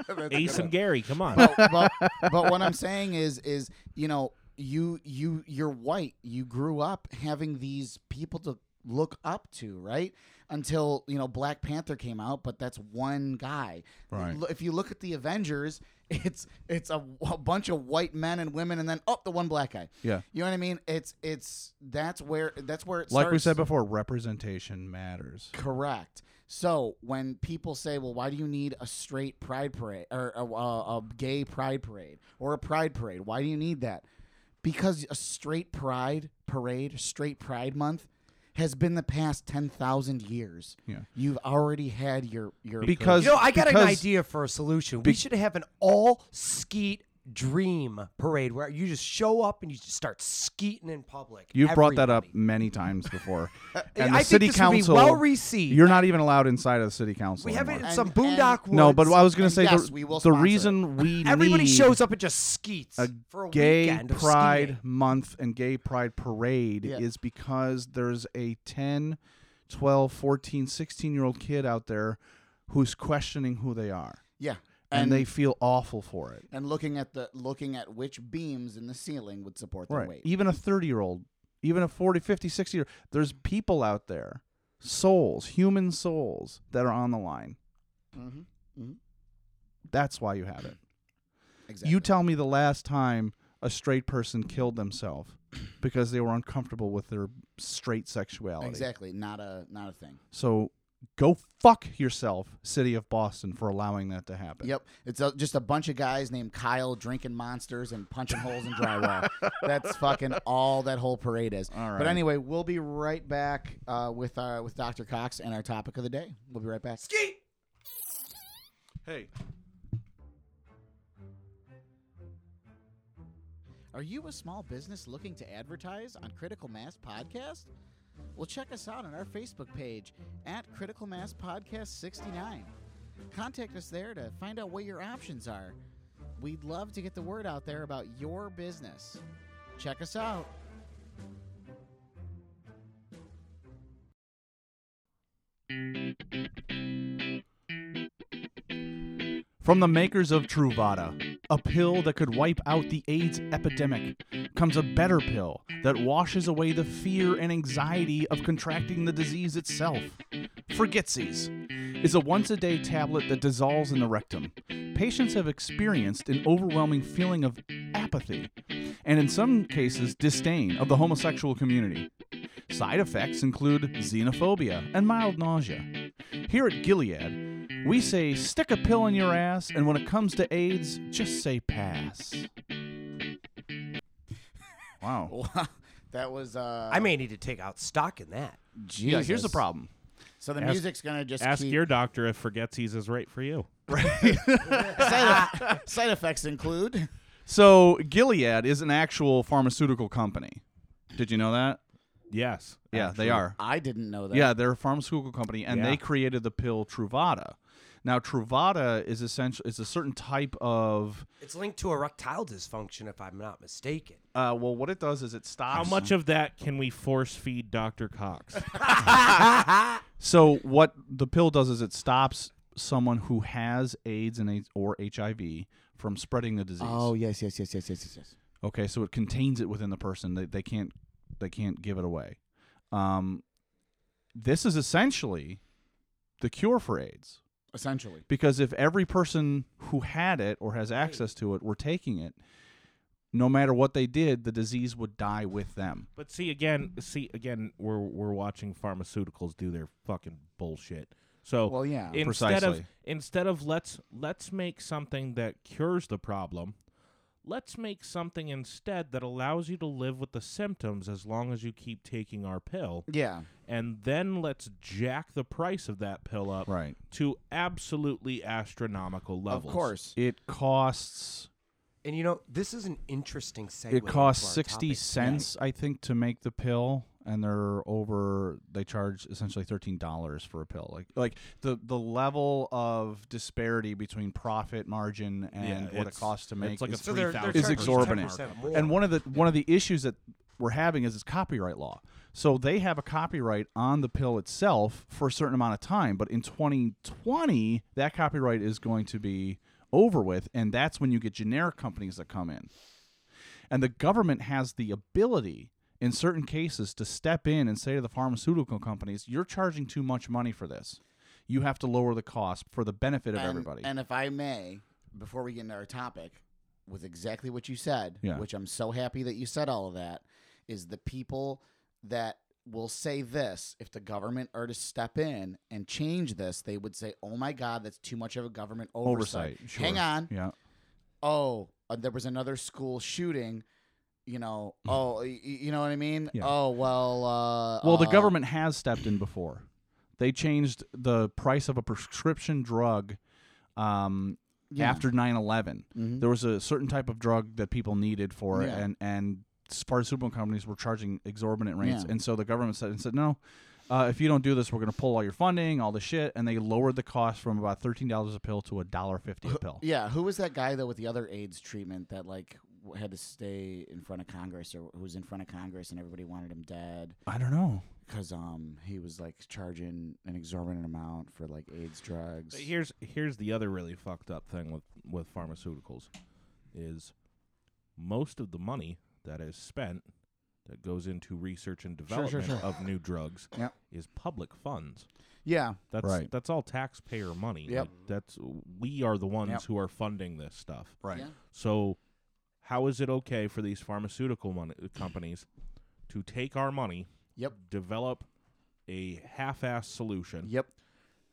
That's a
Ace
good
and
one.
Gary, come on.
But, but, but what I'm saying is, is you know, you you you're white. You grew up having these people to look up to, right? Until you know Black Panther came out, but that's one guy.
Right.
Lo- If you look at the Avengers, it's it's a, a bunch of white men and women, and then oh, the one black guy.
Yeah.
You know what I mean? It's it's that's where that's where it
Like we
starts.
said before, representation matters.
Correct. So when people say, "Well, why do you need a straight pride parade or a, a, a gay pride parade or a pride parade? Why do you need that?" Because a straight pride parade, straight pride month, has been the past ten thousand years.
Yeah.
You've already had your your
Because
You know, I got
because-
an idea for a solution. we should have an all skeet dream parade where you just show up and you just start skeeting in public.
You've brought that up
Everybody.
many times before, and
I
the
think
city
this would be
council.
well received.
You're not even allowed inside of the city council.
We have it
anymore.
in
And-
some
and-
boondock woods.
No, but I was going
And
to say
yes,
the,
we will
the
sponsor it.
reason we
Everybody
need
shows up and just skeets
a
for a
gay
weekend of
pride
skiing.
month and gay pride parade
Yeah.
is because there's a 10, 12, 14, 16 year old kid out there who's questioning who they are.
yeah,
And, they feel awful for it.
and looking at the looking at which beams in the ceiling would support their
Right.
weight.
Even a 30 year old, even a 40, 50, 60 year there's people out there, souls, human souls that are on the line.
Mhm.
That's why you have it.
Exactly.
You tell me the last time a straight person killed themselves because they were uncomfortable with their straight sexuality.
exactly not a not a thing.
So go fuck yourself, city of Boston, for allowing that to happen.
Yep, it's a, just a bunch of guys named Kyle drinking monsters and punching holes in drywall. That's fucking all that whole parade is.
All right.
But anyway, we'll be right back uh, with our with Dr. Cox and our topic of the day. We'll be right back.
Hey,
Are you a small business looking to advertise on Critical Mass Podcast? Well, check us out on our Facebook page at Critical Mass Podcast 69. Contact us there to find out what your options are. We'd love to get the word out there about your business. Check us out.
From the makers of Truvada, a pill that could wipe out the AIDS epidemic, comes a better pill that washes away the fear and anxiety of contracting the disease itself. Forgetsies is a once a day tablet that dissolves in the rectum. Patients have experienced an overwhelming feeling of apathy and, in some cases, disdain of the homosexual community. Side effects include xenophobia and mild nausea. Here at Gilead, we say stick a pill in your ass, and when it comes to AIDS, just say pass. Wow.
that was uh
I may need to take out stock in that.
Yeah, here's the problem.
So the
Ask-
music's gonna just
Ask
keep
your doctor if forgetsies is right for you.
side, eff- side effects include
So, Gilead is an actual pharmaceutical company. Did you know that?
Yes.
Yeah, they are.
I didn't know that.
Yeah, they're a pharmaceutical company, and
Yeah.
they created the pill Truvada. Now, Truvada is essential. It's a certain type of.
It's linked to erectile dysfunction, if I'm not mistaken.
Uh, well, what it does is it
How
stops.
much of that can we force feed Dr. Cox?
So what the pill does is it stops someone who has AIDS and AIDS or HIV from spreading the disease.
Oh yes, yes, yes, yes, yes, yes, yes.
Okay, so it contains it within the person. They they can't they can't give it away. Um, this is essentially the cure for AIDS
Essentially.
because if every person who had it or has access to it were taking it, no matter what they did, the disease would die with them.
But see again, see again, we're we're watching pharmaceuticals do their fucking bullshit.
Oh.
So
Well, yeah.
instead
Uh, Precisely.
of instead of let's let's make something that cures the problem, let's make something instead that allows you to live with the symptoms as long as you keep taking our pill.
Yeah.
And then let's jack the price of that pill up
Right.
to absolutely astronomical levels.
Of course.
It costs
And you know, this is an interesting segue.
it
into
costs
our
60
topic.
cents I think to make the pill and they're over they charge essentially $13 for a pill. Like like the the level of disparity between profit margin and what it
it's-
costs to
it's
make
like a
is
So they're, they're
3,000
is
charging
exorbitant.
10% more.
And one of the one of the issues that we're having is it's copyright law. So they have a copyright on the pill itself for a certain amount of time, but in 2020 that copyright is going to be over with and that's when you get generic companies that come in. And the government has the ability in certain cases to step in and say to the pharmaceutical companies, you're charging too much money for this. You have to lower the cost for the benefit of
and,
everybody.
And if I may, before we get into our topic, with exactly what you said,
Yeah.
which I'm so happy that you said all of that, is the people that will say this if the government are to step in and change this, they would say, "Oh my God, that's too much of a government oversight."
Oversight. sure.
Hang on.
Yeah.
Oh, uh, there was another school shooting. You know. Oh, y- y- you know what I mean.
Mm. Yeah.
Oh well. Uh,
Well, the
uh,
government has stepped in before. They changed the price of a prescription drug um,
Yeah.
after 9 11.
Mhm.
There was a certain type of drug that people needed for it,
Yeah.
and, and s- pharmaceutical companies were charging exorbitant rates.
Yeah.
And so the government said, and said no, uh, if you don't do this, we're going to pull all your funding, all the shit. And they lowered the cost from about $13 a pill to $1.50 a pill.
Yeah, who was that guy though with the other AIDS treatment that like w- had to stay in front of Congress or who was in front of Congress and everybody wanted him dead
I don't know.
because um he was like charging an exorbitant amount for like AIDS drugs.
But here's here's the other really fucked up thing with with pharmaceuticals is most of the money that is spent that goes into research and
sure,
development of new drugs
Yep.
is public funds.
Yeah,
That's
Right.
that's all taxpayer money.
Yep.
Like, that's we are the ones
Yep.
who are funding this stuff.
Right.
Yeah.
So how is it okay for these pharmaceutical mon- companies to take our money,
Yep.
develop a half-ass solution,
yep.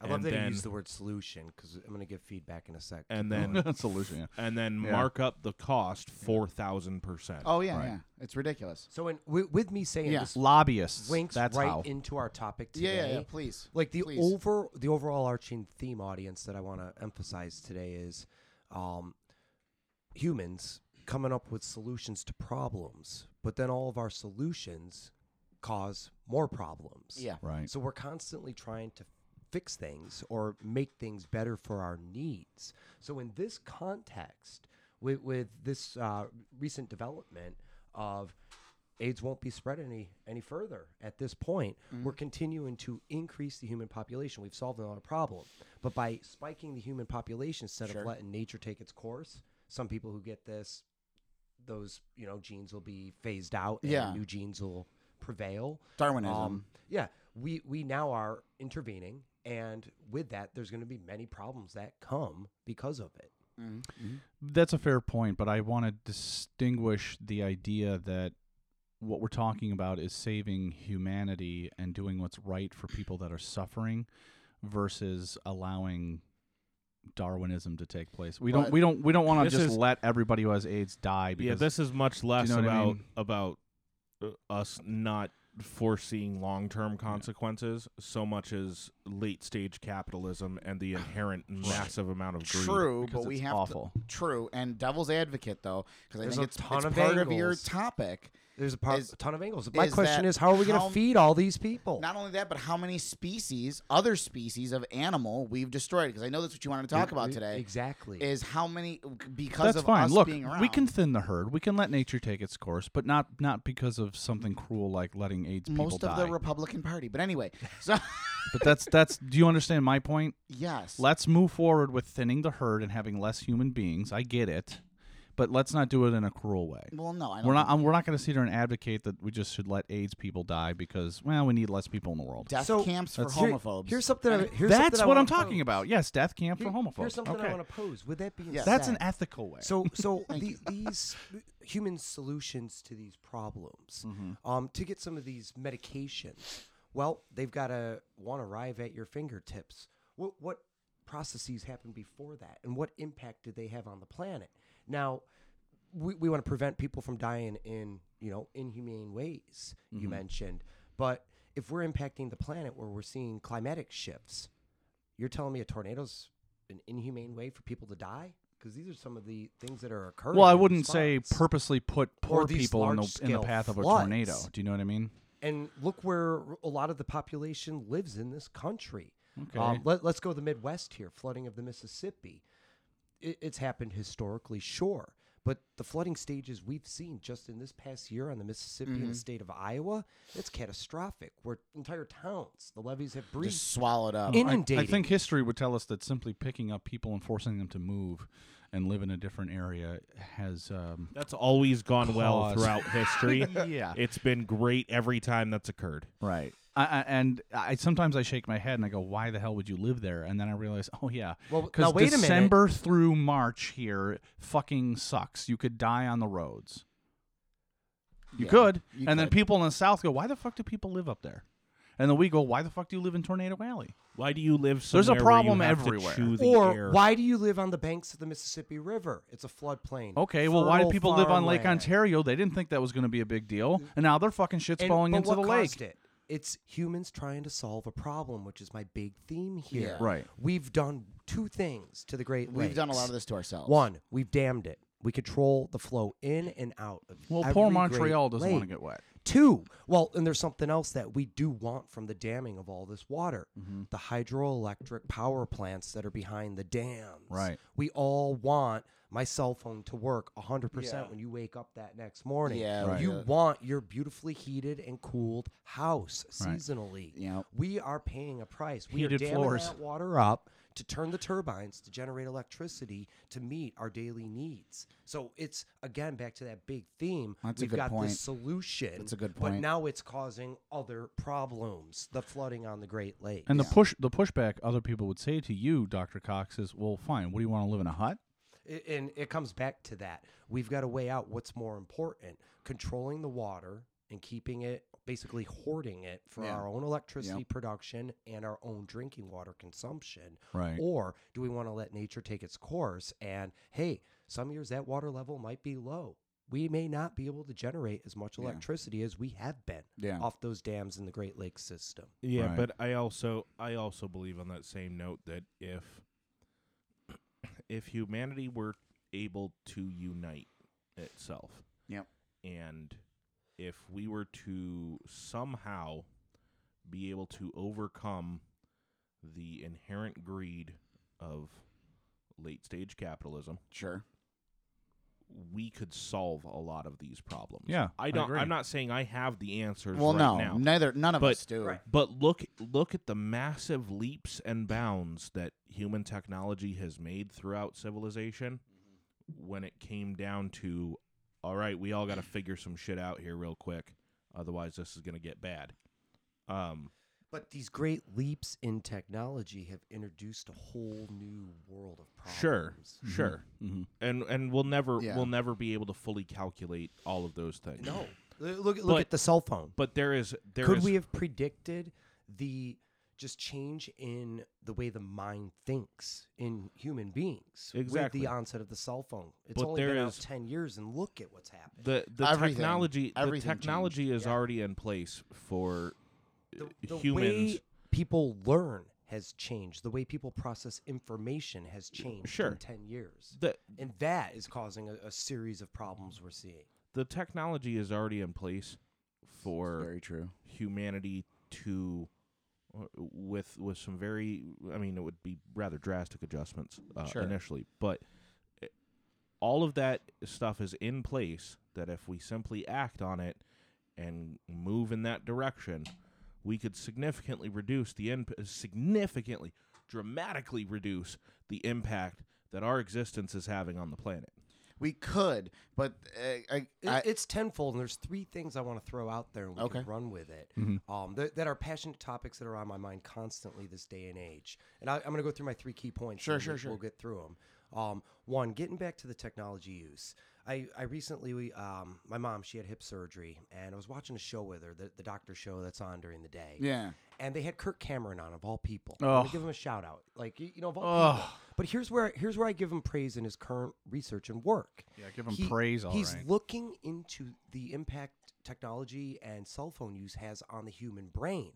I love
and
that you
then-
use the word solution because I'm going to give feedback in a sec.
and then
Solution. Yeah.
and then
Yeah.
mark up the cost four thousand percent.
Oh yeah,
Right.
yeah. It's ridiculous.
so, in, with, with me saying
Yeah.
this,
Lobbyists.
links
That's
right
how.
into our topic
Yeah,
today.
yeah, yeah. Please.
Like the
Please.
over the overall arching theme audience that I want to emphasize today is um, humans coming up with solutions to problems, but then all of our solutions cause more problems.
Yeah.
right.
So we're constantly trying to fix things or make things better for our needs. So in this context, with, with this uh, recent development of AIDS won't be spread any any further at this point, we're continuing to increase the human population. We've solved another problem, but by spiking the human population instead of letting nature take its course, some people who get this those you know genes will be phased out and
Yeah.
new genes will prevail
Darwinism.
Um,
Um, yeah we we now are intervening and with that there's going to be many problems that come because of it
That's a fair point, but I want to distinguish the idea that what we're talking about is saving humanity and doing what's right for people that are suffering versus allowing darwinism to take place. We
But-
don't we don't we don't want
This
to just
is-
let everybody who has AIDS die because
yeah, this is much less
know what I
about
mean?
about uh, us not foreseeing long term consequences so much as late stage capitalism and the inherent massive amount of greed.
True, but
because
we
it's
have
awful.
to. True, and devil's advocate though, because I
There's
think
a
it's,
ton
it's
of
part of your
angles.
topic.
there's a, par-
Is-
a ton of angles my
is
question
that
is how are we going
how-
to feed all these
Oh.
people
Not only that, but how many species, other species of animal, we've destroyed? Because I know that's what you wanted to talk about
E-
today.
exactly
Is how many because
That's
of
fine.
us
Look,
being around.
we can thin the herd. We can let nature take its course, but not not because of something cruel like letting AIDS people
most
die.
of the Republican Party. But anyway, so
but that's that's do you understand my point?
yes,
Let's move forward with thinning the herd and having less human beings. I get it, but let's not do it in a cruel way.
well, no, I don't
We're not.
think-
I'm, we're not going to sit there and advocate that we just should let AIDS people die because well, we need less people in the world.
death
So-
camps for
That's-
Here-
homophobes.
here's something I, here's
That's
something I
what
wanna
I'm talking
pose.
about. Yes, death camp for
Here-
homophobes.
here's something
okay.
i want to pose with that being
Yes.
said,
That's an ethical way.
So, so
Thank
the, these human solutions to these problems, um, to get some of these medications, well, they've got to one arrive at your fingertips. What what processes happened before that, and what impact did they have on the planet? Now, we, we want to prevent people from dying in you know inhumane ways.
Mm-hmm.
You mentioned, but if we're impacting the planet where we're seeing climatic shifts, you're telling me a tornado's an inhumane way for people to die? Because these are some of the things that are occurring.
Well, I
in
wouldn't say
response.
purposely put poor
these
people in the in the
large-scale
path of a
floods.
tornado. Do you know what I mean?
and look where a lot of the population lives in this country. Um,
Okay.
let, us go to the Midwest here. Flooding of the Mississippi. It, it's happened historically, sure, but the flooding stages we've seen just in this past year on the Mississippi
Mm-hmm.
and the state of Iowa, it's catastrophic. Where entire towns, the levees have breached,
Just swallowed
Um,
up.
inundated.
I think history would tell us that simply picking up people and forcing them to move and live in a different area has um,
That's always gone well
Pause.
throughout history.
Yeah.
It's been great every time that's occurred.
right. I, I, and I sometimes I shake my head and I go, "Why the hell would you live there?" And then I realize, "Oh yeah,
Well,
because
now wait a minute.
December through March here fucking sucks. You could die on the roads. You could,
you
and then
could.
people in the South go, "Why the fuck do people live up there?" And then we go, "Why the fuck do you live in Tornado Alley?"
Why do you live somewhere
There's a problem
where you have
everywhere.
To chew the
or
air?
why do you live on the banks of the Mississippi River? It's a floodplain.
Okay, well, why do
Fertile
people live on Lake
farmland.
Ontario? They didn't think that was going to be a big deal, and now their fucking shit's
Mm. And-
falling
but
into
what
the lake.
caused It? It's humans trying to solve a problem, which is my big theme here.
Yeah.
Right.
We've done two things to the Great Lakes.
We've done a lot of this to ourselves.
One, we've dammed it. We control the flow in and out of.
Well,
every
poor
Great
Montreal doesn't want to
Lake.
get wet.
Two, well, and there's something else that we do want from the damming of all this water
Mm-hmm.
the hydroelectric power plants that are behind the dams.
Right.
We all want my cell phone to work 100% when you wake up that next morning.
Yeah, Right.
You
yeah.
want your beautifully heated and cooled house
Right.
seasonally.
Yep.
We are paying a price. We
Heated
are damming
floors.
that water up to turn the turbines to generate electricity to meet our daily needs. So it's again back to that big theme.
That's a
We've
good
got
point.
this solution.
That's a good
But
point.
now it's causing other problems, the flooding on the Great Lakes.
And the push, the pushback other people would say to you, Doctor Cox, is, "Well, fine. What do you want to live in a hut?"
I- and it comes back to that. We've got to weigh out what's more important, controlling the water and keeping it basically hoarding it for
Yeah.
our own electricity production and our own drinking water consumption.
Right.
Or do we want to let nature take its course and hey, some years that water level might be low. We may not be able to generate as much electricity as we have been
Yeah.
off those dams in the Great Lakes system.
Yeah,
Right.
but I also I also believe on that same note that if if humanity were able to unite itself,
Yep.
and if we were to somehow be able to overcome the inherent greed of late stage capitalism,
Sure.
we could solve a lot of these problems.
Yeah, I
I don't.
agree.
I'm not saying I have the answers.
Well,
right
no,
now.
neither. None of
But-
us do.
But look look at the massive leaps and bounds that human technology has made throughout civilization
Mm-hmm.
when it came down to all right, we all got to figure some shit out here real quick otherwise this is going to get bad. Um
But these great leaps in technology have introduced a whole new world of problems. Mm-hmm.
sure, sure. And and we'll never
Yeah.
we'll never be able to fully calculate all of those things.
No. L- Look, look
But-
at the cell phone.
But there is there is
Could we have predicted the just change in the way the mind thinks in human beings with
Exactly.
the onset of the cell phone? It's
But
only
there
been
is-
out 10 years and look at what's happened.
the the
Everything-
technology the
everything
technology is
Yeah.
already in place for
The,
uh,
the
humans
way people learn has changed. The way people process information has changed
Sure.
in 10 years.
the
and that is causing a, a series of problems we're seeing.
the technology is already in place for
Very true.
humanity to uh, with with some very i mean it would be rather drastic adjustments uh,
Sure.
initially but it- all of that stuff is in place that if we simply act on it and move in that direction we could significantly reduce the imp- uh, significantly dramatically reduce the impact that our existence is having on the planet
We could, but uh, I,
It,
I,
it's tenfold, and there's three things I want to throw out there, and we
Okay.
can run with it.
Mm-hmm.
Um, th- that are passionate topics that are on my mind constantly this day and age. And I, I'm going to go through my three key points.
Sure,
and
sure,
we'll-
sure.
We'll get through them. Um, one, getting back to the technology use. I, I recently, we, um, my mom, she had hip surgery, and I was watching a show with her, the, the doctor show that's on during the day.
yeah.
and they had Kirk Cameron on of all people. I'm gonna
Ugh.
give him a shout out, like y- you know, of all
Ugh.
people. But here's where here's where I give him praise in his current research and work.
Yeah, give him praise, all
he's
right.
looking into the impact technology and cell phone use has on the human brain.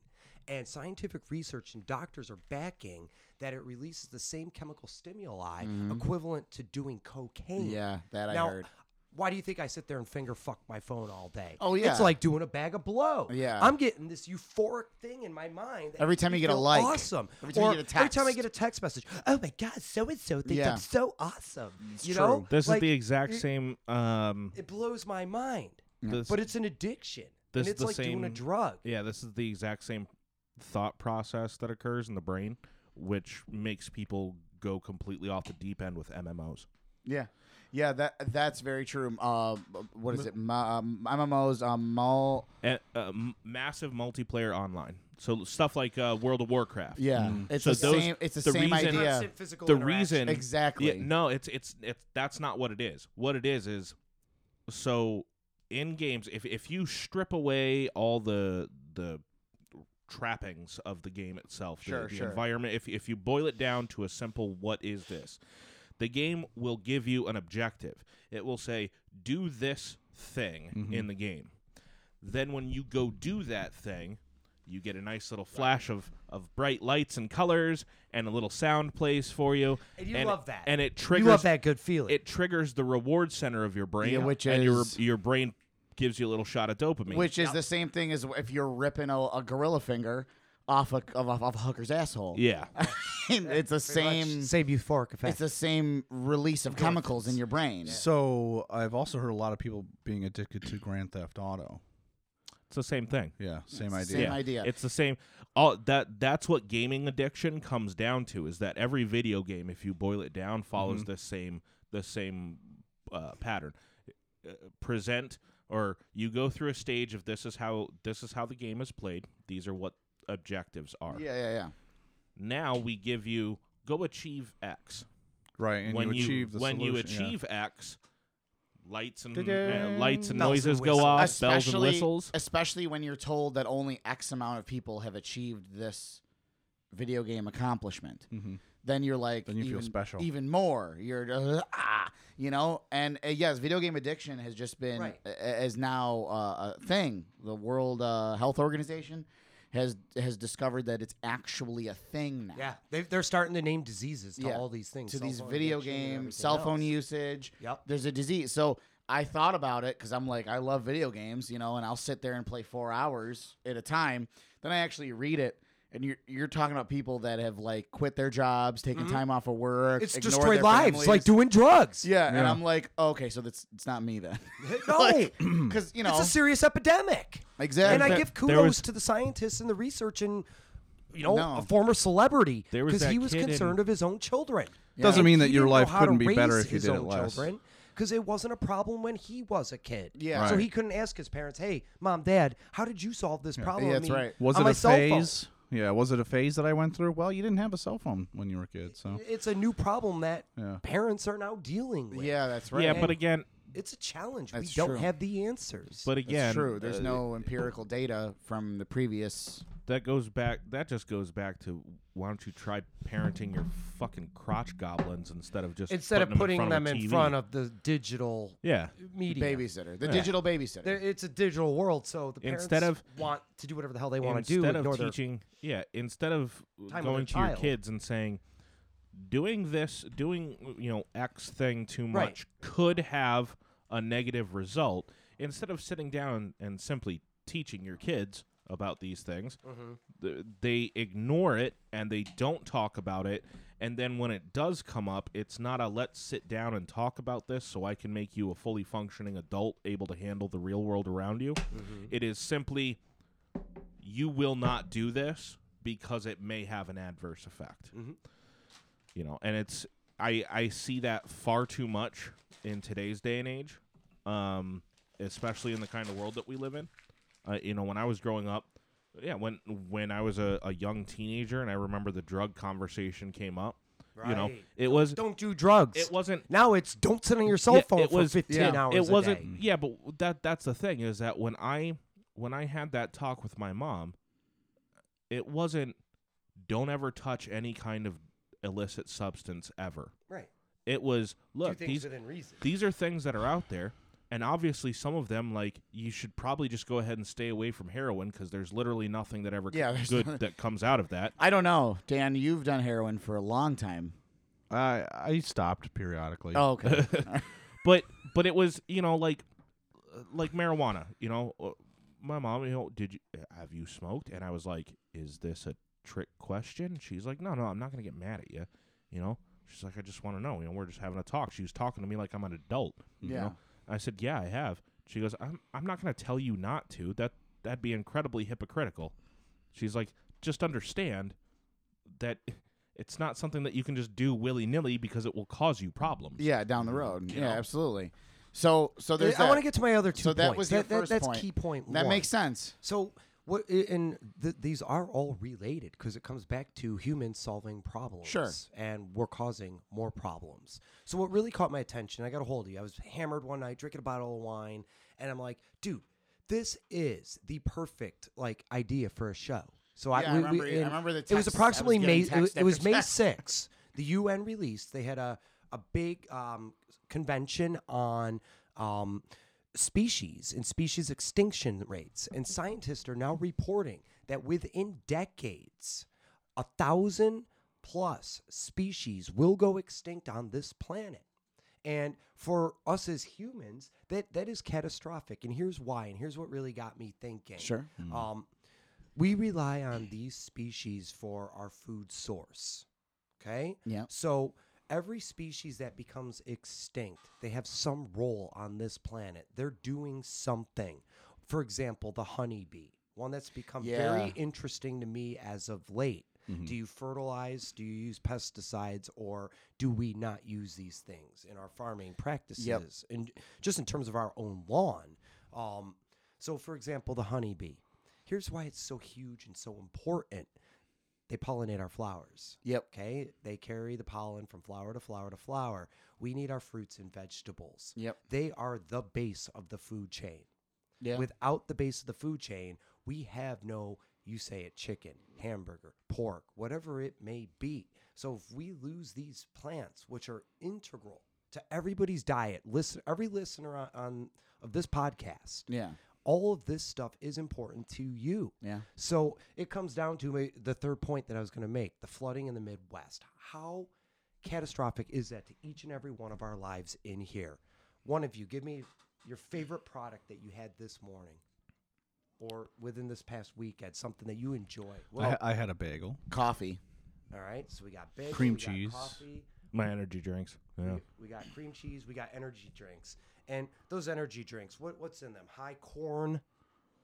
And scientific research and doctors are backing that it releases the same chemical stimuli equivalent to doing cocaine.
Mm-hmm. Yeah, that I
Now,
heard.
Why do you think I sit there and finger fuck my phone all day?
Oh,
it's
yeah.
like doing a bag of blow.
Yeah.
I'm getting this euphoric thing in my mind. that
Every time you get a
feel
like.
awesome.
Every time you
Or
get a
Every time I
text.
get a text message, oh my god, so and so thinks
Yeah.
I'm so awesome. you know,
true.
This
Like,
is the exact
eh,
it-
same. Um,
It blows my mind,
this,
but it's an addiction.
This
and it's
the
like doing a
same-
drug.
yeah, this is the exact same thought process that occurs in the brain, which makes people go completely off the deep end with MMOs.
Yeah, yeah, that that's very true. Uh, what is it? Ma- um, MMOs, um, mul-
Uh, uh, m- massive multiplayer online. So stuff like uh, World of Warcraft.
Yeah, it's
Mm-hmm. So
the
those-
same. It's the,
the
same
reason-
idea.
Constant physical
the
interaction.
reason
Exactly.
Yeah, no, it's it's it's that's not what it is. What it is is so in games if if you strip away all the the trappings of the game itself, the-
Sure,
the,
sure.
environment, if if you boil it down to a simple what is this? The game will give you an objective. It will say do this thing
Mm-hmm.
in the game. Then when you go do that thing, you get a nice little flash of, of bright lights and colors and a little sound plays for you.
And you love that.
And it triggers
you love that good feeling.
it triggers the reward center of your brain.
Yeah, which
and
is-
your your brain gives you a little shot of dopamine.
Which is the same thing as if you're ripping a, a gorilla finger off a of, of, of a hooker's asshole.
yeah.
it's the same.
same euphoric effect.
It's the same release of chemicals in your brain.
So I've also heard a lot of people being addicted to Grand Theft Auto.
It's the same thing.
Yeah, same
It's the
idea.
Same
yeah.
idea.
It's the same. All that that's what gaming addiction comes down to is that every video game, if you boil it down, follows the same the same uh, pattern. Uh, present or you go through a stage of this is how this is how the game is played. These are what objectives are.
Yeah, yeah, yeah.
Now we give you go achieve X.
Right, and
when
you
you,
achieve the
when you
solution, yeah.
achieve X, lights and uh, lights and
Bells and
noises go
whistles.
off, bells and
Especially,
whistles.
especially when you're told that only X amount of people have achieved this video game accomplishment. Then you're like,
Mm-hmm. Then you feel
even,
special.
even more. You're just, ah, you know. And uh, yes, video game addiction has just been
Right.
uh, is now uh, a thing. The World uh, Health Organization has has discovered that it's actually a thing now.
yeah, they, they're starting to name diseases to
Yeah,
all these things.
to
cell
these
phone
video
addiction and
games,
everything
cell phone
else.
usage.
Yep.
There's a disease. So I thought about it because I'm like, I love video games, you know, and I'll sit there and play four hours at a time. Then I actually read it. And you're, you're talking about people that have like quit their jobs, taken time off of work,
Mm-hmm. It's
ignored
destroyed
their
lives,
families.
like doing drugs.
yeah, and I'm like, okay, so that's it's not me then,
No.
because you know
it's a serious epidemic.
Exactly.
And I
There-
give
there
kudos
was-
to the scientists and the research and you know
No.
a former celebrity
There was
because
that
he was
kid in-
concerned of his own children.
Doesn't
And
mean
he
that your
didn't know
life
how to
couldn't be better
raise
if you
his
did it
own
less.
Children. Because it wasn't a problem when he was a kid,
Yeah.
So
Right.
he couldn't ask his parents, "Hey, mom, dad, how did you solve this problem?"
Yeah,
I
that's
mean,
right.
Was
on
it
my
a
cell phone?"
phase? Yeah, was it a phase that I went through? Well, you didn't have a cell phone when you were a kid, so
It's a new problem that
Yeah.
parents are now dealing with.
yeah, that's right.
Yeah, but again,
it's a challenge.
That's
we don't
true.
have the answers.
but
That's
again,
true. There's
uh,
no empirical data from the previous.
that goes back. That just goes back to why don't you try parenting your fucking crotch goblins instead of just
instead of putting them in front
a
of the digital
TV? yeah.
media.
Babysitter, the digital babysitter.
There- It's a digital world, so the parents
Instead of-
want to do whatever the hell they want to do.
Instead
ignore
of
their-
teaching, yeah, instead of
their
going to your
child.
kids and saying doing this, doing you know X thing too much
Right.
could have a negative result. Instead of sitting down and simply teaching your kids about these things, th- they ignore it and they don't talk about it. And then when it does come up, it's not a let's sit down and talk about this so I can make you a fully functioning adult able to handle the real world around you. It is simply you will not do this because it may have an adverse effect. You know, and it's I I see that far too much in today's day and age, um, especially in the kind of world that we live in. Uh, you know, when I was growing up, yeah, when when I was a, a young teenager, and I remember the drug conversation came up. You know,
Right.
it was
don't do drugs.
it wasn't
now it's don't sit on your cell
yeah,
phone
it
for
was-
15
yeah,
hours
it wasn't
a day.
yeah but that that's the thing is that when i when i had that talk with my mom it wasn't don't ever touch any kind of illicit substance ever.
Right.
It was
Do
look
things
these
within reason.
these are things that are out there and obviously some of them like you should probably just go ahead and stay away from heroin because there's literally nothing that ever c-
Yeah, there's
good
no-
that comes out of that
I don't know, Dan. You've done heroin for a long time.
I I stopped periodically.
Oh, okay.
but but it was you know like like marijuana you know Uh, my mom you know did you uh, have you smoked and i was like is this a trick question she's like no no i'm not gonna get mad at you you know she's like i just want to know you know we're just having a talk she was talking to me like i'm an adult you
Yeah.
know? i said yeah i have she goes i'm i'm not gonna tell you not to that that'd be incredibly hypocritical she's like just understand that it's not something that you can just do willy-nilly because it will cause you problems
yeah, down the road. Yeah, absolutely. So, so there's.
I
that.
want to get to my other two
So that
points.
was your
that,
first
that's
point.
key point.
That
one.
makes sense.
So what? i- And th- these are all related because it comes back to humans solving problems.
Sure.
And we're causing more problems. So what really caught my attention, I got a hold of you. I was hammered one night, drinking a bottle of wine, and I'm like, dude, this is the perfect like idea for a show. So
Yeah, I
I, we- we-
remember- I
and
remember the
It was
texts. I was
approximately
getting
May.
text
It, it was
after
May
text.
six. The UN released. They had a a big um, convention on um, species and species extinction rates, and scientists are now reporting that within decades, a thousand plus species will go extinct on this planet. And for us as humans, that that is catastrophic. And here's why. And here's what really got me thinking.
Sure. Hmm.
Um, we rely on these species for our food source. Okay.
Yeah.
So every species that becomes extinct, they have some role on this planet. They're doing something. For example, the honeybee, one that's become very
Yeah.
interesting to me as of late. Do you fertilize? Do you use pesticides, or do we not use these things in our farming practices? And just in terms of our own lawn. Um, so, for example, the honeybee. Here's why it's so huge and so important. They pollinate our flowers.
Yep.
Okay. They carry the pollen from flower to flower to flower. We need our fruits and vegetables.
Yep.
They are the base of the food chain.
Yeah.
Without the base of the food chain, we have no, you say it, chicken, hamburger, pork, whatever it may be. So if we lose these plants, which are integral to everybody's diet, listen, every listener on, on of this podcast,
yeah.
all of this stuff is important to you.
Yeah.
So it comes down to my, the third point that I was going to make the flooding in the Midwest. How catastrophic is that to each and every one of our lives in here? One of you, give me your favorite product that you had this morning or within this past weekend, something that you enjoy. Well,
I, I had a bagel.
Coffee.
all right. So we got bagel,
Cream
we got
cheese.
coffee,
my energy drinks yeah
we- we got cream cheese, we got energy drinks. And those energy drinks, what, what's in them? High corn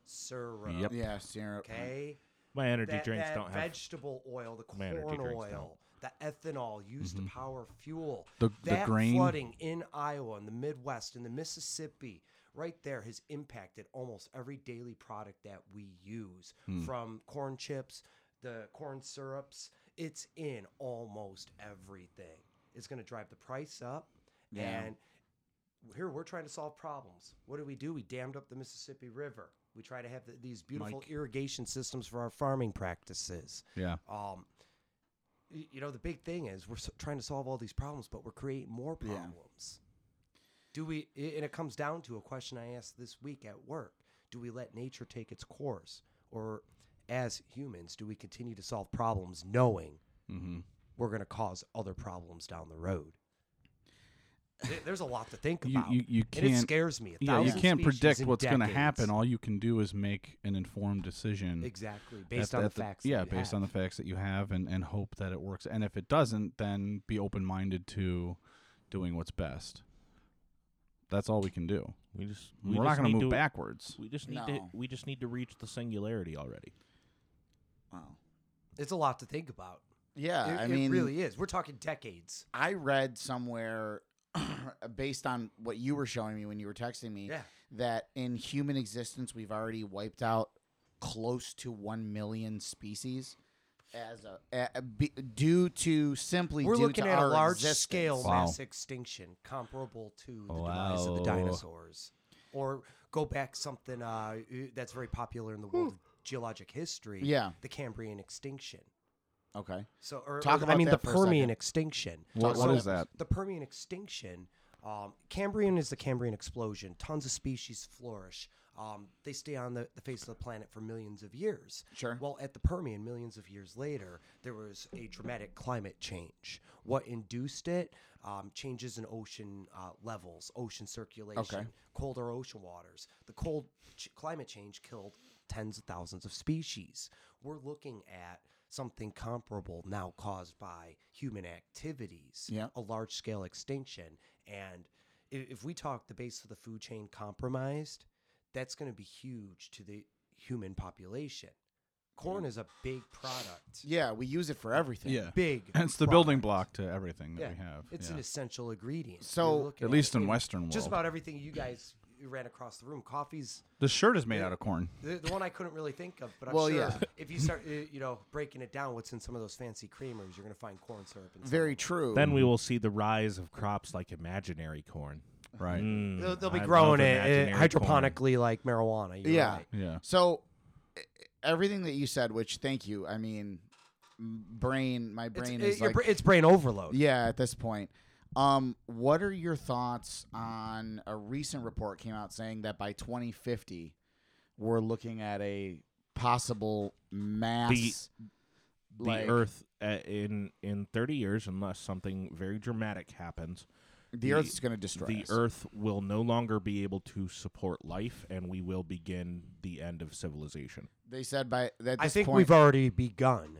syrup.
Yep.
Yeah, syrup.
Okay.
My energy
that,
drinks
that
don't have.
vegetable oil, the
My
corn
energy drinks don't.
oil, the ethanol used to power fuel.
Mm-hmm. The- the
that
grain.
flooding in Iowa, in the Midwest, in the Mississippi, right there has impacted almost every daily product that we use,
Hmm.
from corn chips, the corn syrups. It's in almost everything. It's going to drive the price up,
Yeah.
and here we're trying to solve problems. What do we do? We dammed up the Mississippi River. We try to have the, these beautiful irrigation systems for our farming practices.
Yeah.
Um, y- you know, the big thing is we're s trying to solve all these problems, but we're creating more
Yeah.
problems. Do we? i- And it comes down to a question I asked this week at work: Do we let nature take its course, or as humans, do we continue to solve problems knowing
Mm-hmm.
we're going to cause other problems down the road? There- There's a lot to think
You
about.
you, you
and it
can't.
scares me. A
Yeah, you
thousand
can't
species
predict
in
what's going to
decades.
happen. All you can do is make an informed decision.
exactly based
at-
on
at
the facts. that
yeah,
you
based on
have.
the facts that you have, and and hope that it works. And if it doesn't, then be open minded to doing what's best. That's all we can do.
we just we
We are not
just
going
need
to move
to
backwards.
We just need
No.
to we just need to reach the singularity already.
Wow.
It's a lot to think about.
Yeah,
it,
I
it
mean,
really is. We're talking decades.
I read somewhere based on what you were showing me when you were texting me
Yeah.
that in human existence we've already wiped out close to 1 million species as a, a, be, due to simply
We're
due
looking
to
at a
our
large
existence.
scale
Wow.
mass extinction comparable to the demise of the
Wow.
dinosaurs. Or go back something uh, uh, that's very popular in the world of geologic history,
Hmm. Yeah.
the Cambrian extinction.
Okay.
So, or,
Talk
or- I
about
mean,
that
the
for a second.
Permian extinction.
What,
Talk
what
about
is that?
The Permian extinction. Um, Cambrian is the Cambrian explosion. Tons of species flourish. Um, they stay on the, the face of the planet for millions of years.
Sure.
Well, at the Permian, millions of years later, there was a dramatic climate change. What induced it? Um, changes in ocean uh, levels, ocean circulation, colder ocean waters. The cold ch- climate change killed tens of thousands of species. We're looking at something comparable now caused by human activities
Yeah.
a large scale extinction. And if, if we talk the base of the food chain compromised, that's going to be huge to the human population. Corn is a big product.
Yeah, we use it for everything.
Yeah.
Big.
And it's the building
product.
block to everything that
Yeah.
we have.
It's
yeah.
an essential ingredient. You're
So-
looking
At least in
you know,
Western
Just
world.
about everything you guys ran across the room. Coffee's
the shirt is made out of corn.
the, the one I couldn't really think of, but I'm
Well,
sure
yeah.
if you start, uh, you know, breaking it down, what's in some of those fancy creamers, you're going to find corn syrup. And
Very true.
Then we will see the rise of crops like imaginary corn.
Right.
Mm,
They'll, they'll be
I love
growing it
imaginary
uh,
corn.
hydroponically like marijuana. You're
Yeah.
right.
Yeah.
So e- everything that you said, which thank you. I mean, m- brain, my
It's,
brain
it-
is
eh, your
like,
bra- it's brain overload.
yeah, at this point. Um, what are your thoughts on a recent report came out saying that by 2050 we're looking at a possible mass
the
like,
Earth uh, in in thirty years, unless something very dramatic happens,
the Earth's going to destroy
the
us.
Earth will no longer be able to support life, and we will begin the end of civilization.
They said by that.
I think we've already begun,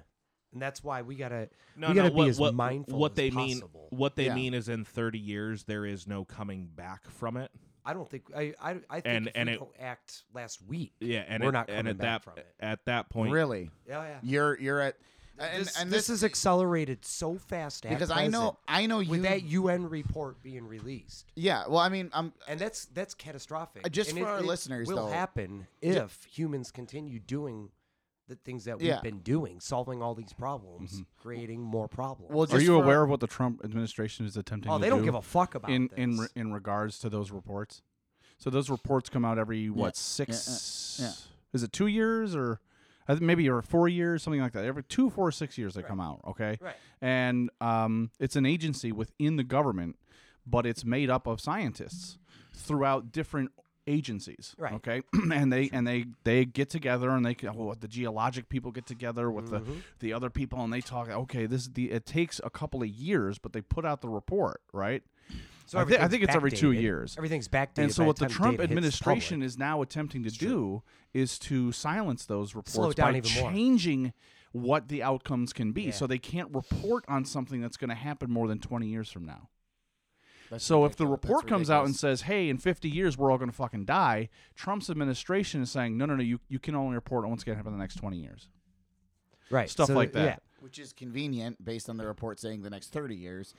and that's why we gotta we gotta be as mindful
what
as
they
possible.
mean. What they
Yeah.
mean is in thirty years there is no coming back from it.
I don't think I I, I think
And-
if
and
we
it-
don't act last week.
Yeah, and
we're
it-
not
and
coming
at
back
that
from it.
at that point,
really.
Yeah, yeah.
You're you're at and
this,
and
this, is accelerated so fast at
because I know
present
I know you
with that UN report being released.
yeah. Well, I mean, um, I'm
And that's that's catastrophic.
Uh, just
And
for our listeners,
will
though.
happen if
Yeah.
humans continue doing the things that we've
Yeah.
been doing, solving all these problems,
Mm-hmm.
creating more problems.
well. Just
Are you
for-
aware of what the Trump administration is attempting
oh,
to
they don't
do?
give a fuck about
in
this.
in re- in regards to those reports. So those reports come out every what six?
yeah.
Is it two years or I think maybe or four years, something like that? Every two, four, six years they come out. Okay,
Right.
And um, it's an agency within the government, but it's made up of scientists throughout different agencies
Right.
okay and they and they they get together and they c- well, the geologic people get together with
Mm-hmm.
the the other people and they talk okay this is the it takes a couple of years but they put out the report right
So
I, thi- I
everything's
think it's every two
backdated.
years.
Everything's backdated.
And so,
by
what the
time
Trump
data hits
administration
public.
is now attempting to do is to silence those reports
Slow it down
by
even more.
changing what the outcomes can be. So they can't report on something that's going to happen more than 20 years from now. so if the
ridiculous. That's
report comes out and
ridiculous.
says, "Hey, in 50 years we're all going to fucking die," Trump's administration is saying, "No, no, no, you, you can only report on what's going to happen in the next 20 years."
right
stuff
so,
like that.
yeah.
which is convenient based on the report saying the next 30 years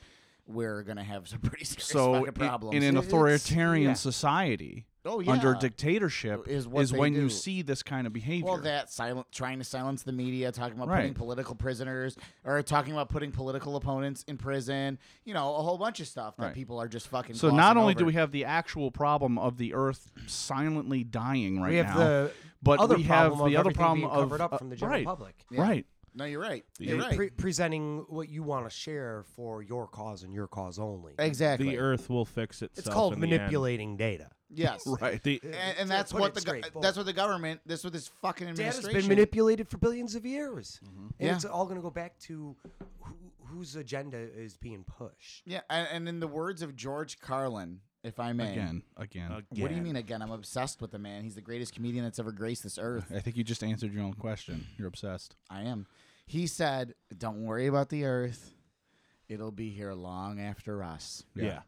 we're going to have some pretty serious
So
fucking
i-
problems.
in an
It's-
authoritarian
yeah.
society
Oh,
under
yeah.
dictatorship
Is what they
when you
do.
see this kind of behavior.
well, that silent, trying to silence the media, talking about putting
Right.
political prisoners or talking about putting political opponents in prison, you know, a whole bunch of stuff that
Right.
people are just fucking.
So not
glossing
only do
over.
we have the actual problem of the Earth silently dying right
We have
now,
the
but
other
we have
problem
the other
of everything
problem
being
of
covered up
uh,
from the general
right,
public.
Right.
no, you're right.
The-
You're right.
Pre- presenting what you want to share for your cause and your cause only.
exactly.
the Earth will fix itself.
It's called
in the end.
manipulating data.
Yes.
Right.
The-
And, and
Yeah,
that's
put
what
it
the go-
straight, bold.
that's what the government. This what this fucking
Data's
administration.
been manipulated for billions of years,
Mm-hmm.
and
Yeah.
it's all going to go back to who, whose agenda is being pushed.
Yeah, and, and in the words of George Carlin, if I may,
Again. Again.
What do you mean again? I'm obsessed with the man. He's the greatest comedian that's ever graced this earth.
I think you just answered your own question. You're obsessed.
I am. He said, "Don't worry about the earth. It'll be here long after us."
yeah.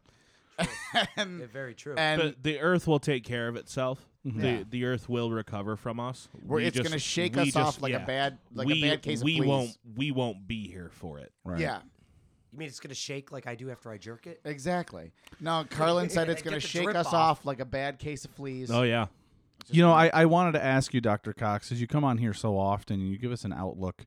Mm.
Yeah, very true.
Uh,
And
But the Earth will take care of itself.
Yeah.
The the Earth will recover from us.
We're-
We
it's gonna shake
we
us off like a bad- like a
we,
bad case of
We
fleas.
won't we won't be here for it.
Right.
yeah,
you mean it's going to shake like I do after I jerk it?
exactly. No, Carlin said it's
Get
going to
the
shake
drip
us
off.
off like a bad case of fleas.
Oh yeah.
You know, I, I wanted to ask you, Dr. Cox, as you come on here so often and you give us an outlook,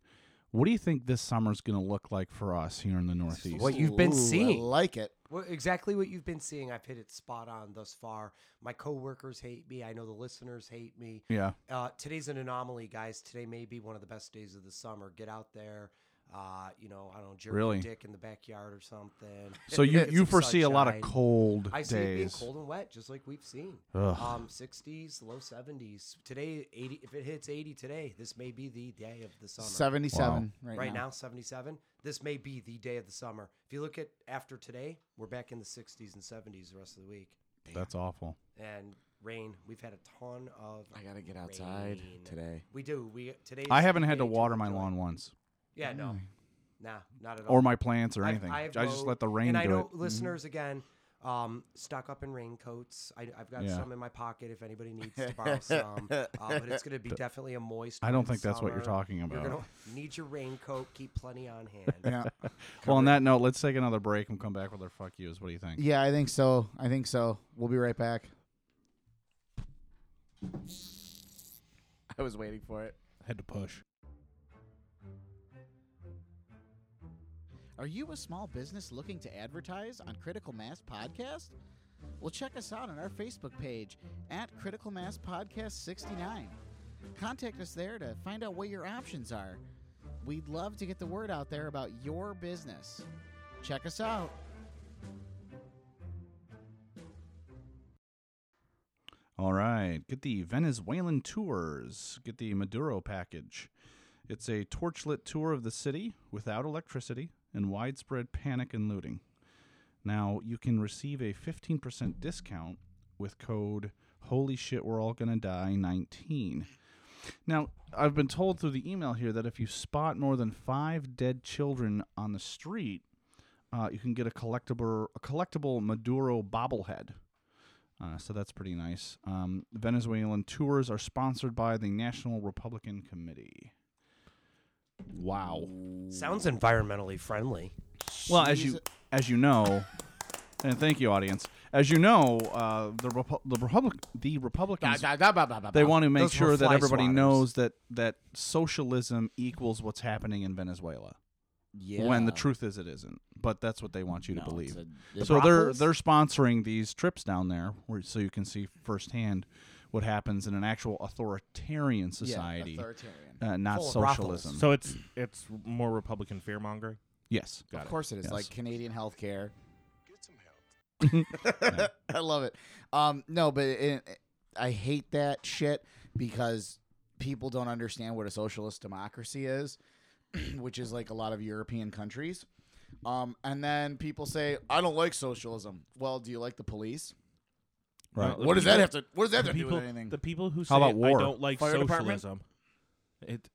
what do you think this summer's going to look like for us here in the Northeast?
What you've been
Ooh, I
seeing.
like it.
Well, exactly what you've been seeing. I've hit it spot on thus far. My coworkers hate me. I know the listeners hate me.
Yeah.
Uh, today's an anomaly, guys. Today may be one of the best days of the summer. Get out there. Uh, you know, I don't know, jerk
Really?
your dick in the backyard or something.
So you,
Get
you
some
foresee a lot of
sunshine.
cold
I see it being
days.
cold and wet, just like we've seen.
Ugh.
Um, 60s, low 70s. Today, 80. If it hits 80 today, this may be the day of the summer.
Seventy-seven right,
right
now.
now, 77. This may be the day of the summer. If you look at after today, we're back in the 60s and 70s the rest of the week.
That's awful.
And rain. We've had a ton of.
I gotta get outside
rain.
today.
We do. We today.
I
is
haven't
the
had to
day
water my
enjoy.
lawn once,
Yeah, no, nah, not at all.
or my plants, or
I've-
anything. i
I've
just
mowed-
let the rain
And
do
I know
it. Mm-hmm.
listeners again, um, stock up in raincoats. I, have got
Yeah.
some in my pocket if anybody needs to borrow some. Uh, but it's going to be definitely a moist.
I don't
wet
think that's what you're
summer.
talking
You're
about.
going to need your raincoat. Keep plenty on hand.
Yeah.
Well, on that note, let's take another break and come back with our fuck yous. What do you think?
Yeah, I think so. I think so. We'll be right back. I was waiting for it.
Had to push.
Are you a small business looking to advertise on Critical Mass Podcast? Well, check us out on our Facebook page at Critical Mass Podcast 69. Contact us there to find out what your options are. We'd love to get the word out there about your business. Check us out.
All right. Get the Venezuelan tours. Get the Maduro package. It's a torchlit tour of the city without electricity and widespread panic and looting. Now, you can receive a 15% discount with code Holy Shit, We're All Gonna Die 19. Now, I've been told through the email here that if you spot more than five dead children on the street, uh, you can get a collectible, a collectible Maduro bobblehead. Uh, so that's pretty nice. Um, Venezuelan tours are sponsored by the National Republican Committee. Wow.
Sounds environmentally friendly.
Well, as you as you know, and thank you, audience. As you know, uh, the Repu- the Republic the Republicans they want to make
Those were
sure that
fly
everybody
swatters.
knows that that socialism equals what's happening in Venezuela. When the truth is, it isn't. But that's what they want you to believe. so they're they're sponsoring these trips down there, where, so you can see firsthand what happens in an actual authoritarian society,
authoritarian.
uh, not
Full of brothels.
socialism.
So it's it's more Republican fear mongering.
yes,
Got
of course it is
Yes.
like Canadian healthcare. I love it. Um, no, but it, I hate that shit because people don't understand what a socialist democracy is, which is like a lot of European countries. Um, and then people say, "I don't like socialism." Well, do you like the police?
right.
What does that have to? What does that have
the
to do
people,
with anything?
The people who say
How about war?
I don't like
Fire department?
socialism. It,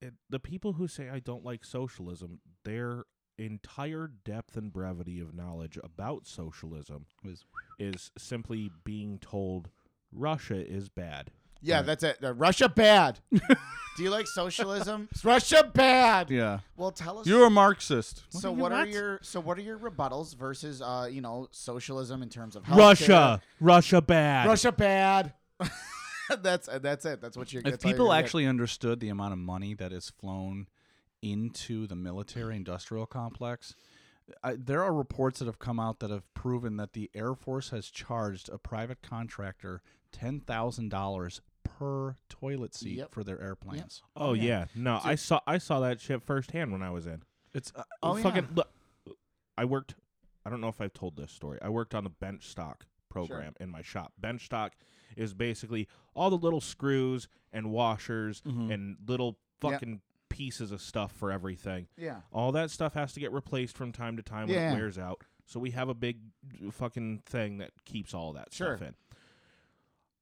it the people who say I don't like socialism, their entire depth and brevity of knowledge about socialism
Was-
is simply being told Russia is bad.
yeah, that's it. Uh, Russia bad. do you like socialism? It's Russia bad.
Yeah,
Well, tell us.
you're a Marxist.
so what are your so what are your rebuttals versus uh you know socialism in terms of healthcare?
Russia, Uh, Russia bad.
Russia bad. that's uh, that's it. That's what you're.
if
that's all you're
people
gonna get.
actually understood the amount of money that is flown into the military industrial complex I, there are reports that have come out that have proven that the air force has charged a private contractor $10,000 per toilet seat
Yep.
for their airplanes
Oh yeah, no, I saw I saw that shit firsthand when I was in.
it's uh,
Oh,
fucking
yeah.
look, I worked. I don't know if I've told this story. I worked on the bench stock program in my shop. Bench stock is basically all the little screws and washers and little
Mm-hmm. Yeah.
fucking pieces of stuff for everything.
Yeah.
All that stuff has to get replaced from time to time when
Yeah.
it wears out. So we have a big fucking thing that keeps all that
Sure.
stuff in.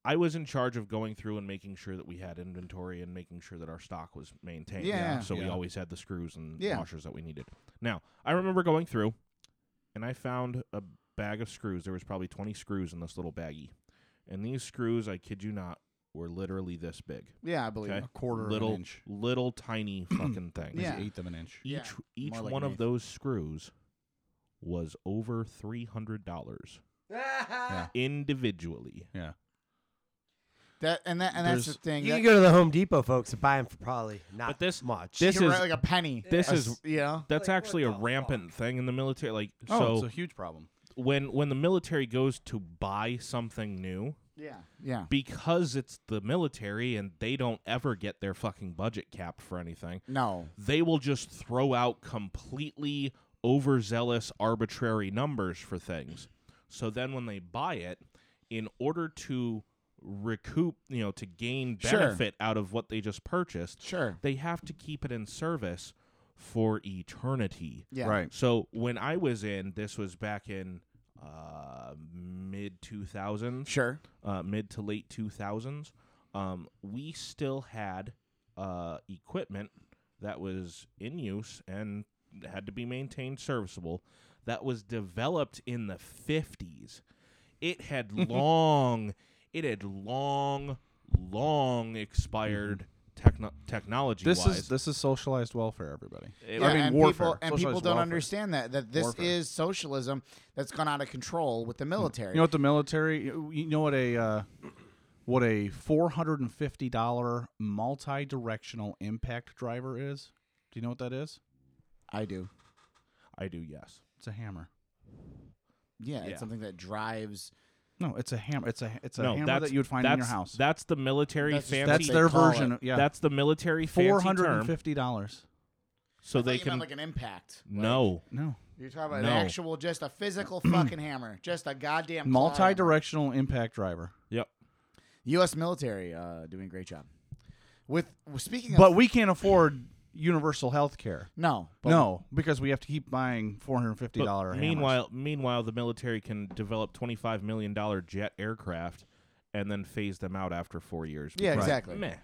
I was in charge of going through and making sure that we had inventory and making sure that our stock was maintained.
Yeah.
So we
Yeah.
always had the screws and
Yeah.
washers that we needed. Now, I remember going through and I found a bag of screws. There was probably 20 screws in this little baggie. And these screws, I kid you not, were literally this big.
Yeah, I believe.
Okay.
a quarter
little
of an inch
little tiny fucking things.
It's
Yeah.
eighth of an inch
Each
Yeah,
each
more like
one
an
of
eighth.
those screws was over $300 individually.
yeah
That and that and that's the
There's-
thing.
You
That,
can go to the Home Depot, folks, and buy them for probably not
But this-
much.
this
you're
is
right, like a penny.
this
A
is-
s- you know.
That's
Like,
actually a
what the
rampant thing in the military. Like
Oh,
so,
it's a huge problem.
when when the military goes to buy something new,
Yeah. Yeah.
because it's the military and they don't ever get their fucking budget capped for anything,
No.
they will just throw out completely overzealous arbitrary numbers for things. So then when they buy it, in order to recoup, you know, to gain
Sure.
benefit out of what they just purchased,
Sure.
they have to keep it in service for eternity.
Yeah.
Right.
So when I was in, this was back in uh, mid 2000s,
Sure.
uh, mid to late 2000s, um, we still had uh, equipment that was in use and had to be maintained serviceable that was developed in the 50s. It had long, it had long, long expired techno- technology
Mm-hmm. This
wise.
is this is socialized welfare, everybody.
Yeah,
I mean,
and
warfare.
people and people
Socialized
don't
welfare.
understand that that this
Warfare.
is socialism that's gone out of control with the military.
You know what the military? You know what a uh, what a four hundred and fifty dollar multi directional impact driver is? Do you know what that is?
I do.
I do, yes.
It's a hammer.
Yeah,
Yeah.
it's something that drives.
No, it's a hammer. It's a it's a
no,
hammer
that's
that you would find in
that's,
your house.
That's the military
That's just
fancy.
what
That's
they
their
call
version.
it.
Of, yeah,
That's the military
four
fancy
hundred
term.
and fifty dollars.
So
I thought
they
you meant
can
like an impact. like-
no.
No,
you're talking about
No.
an actual, just a physical fucking hammer, just a goddamn claw hammer.
multi-directional impact driver.
Yep.
U.S. military uh, doing a great job. With speaking of,
But we can't afford universal health care.
no, but
No, because we have to keep buying four hundred and fifty
But
dollar.
meanwhile, meanwhile, the military can develop twenty-five million dollar jet aircraft, and then phase them out after four years.
Yeah,
because-
exactly.
Meh.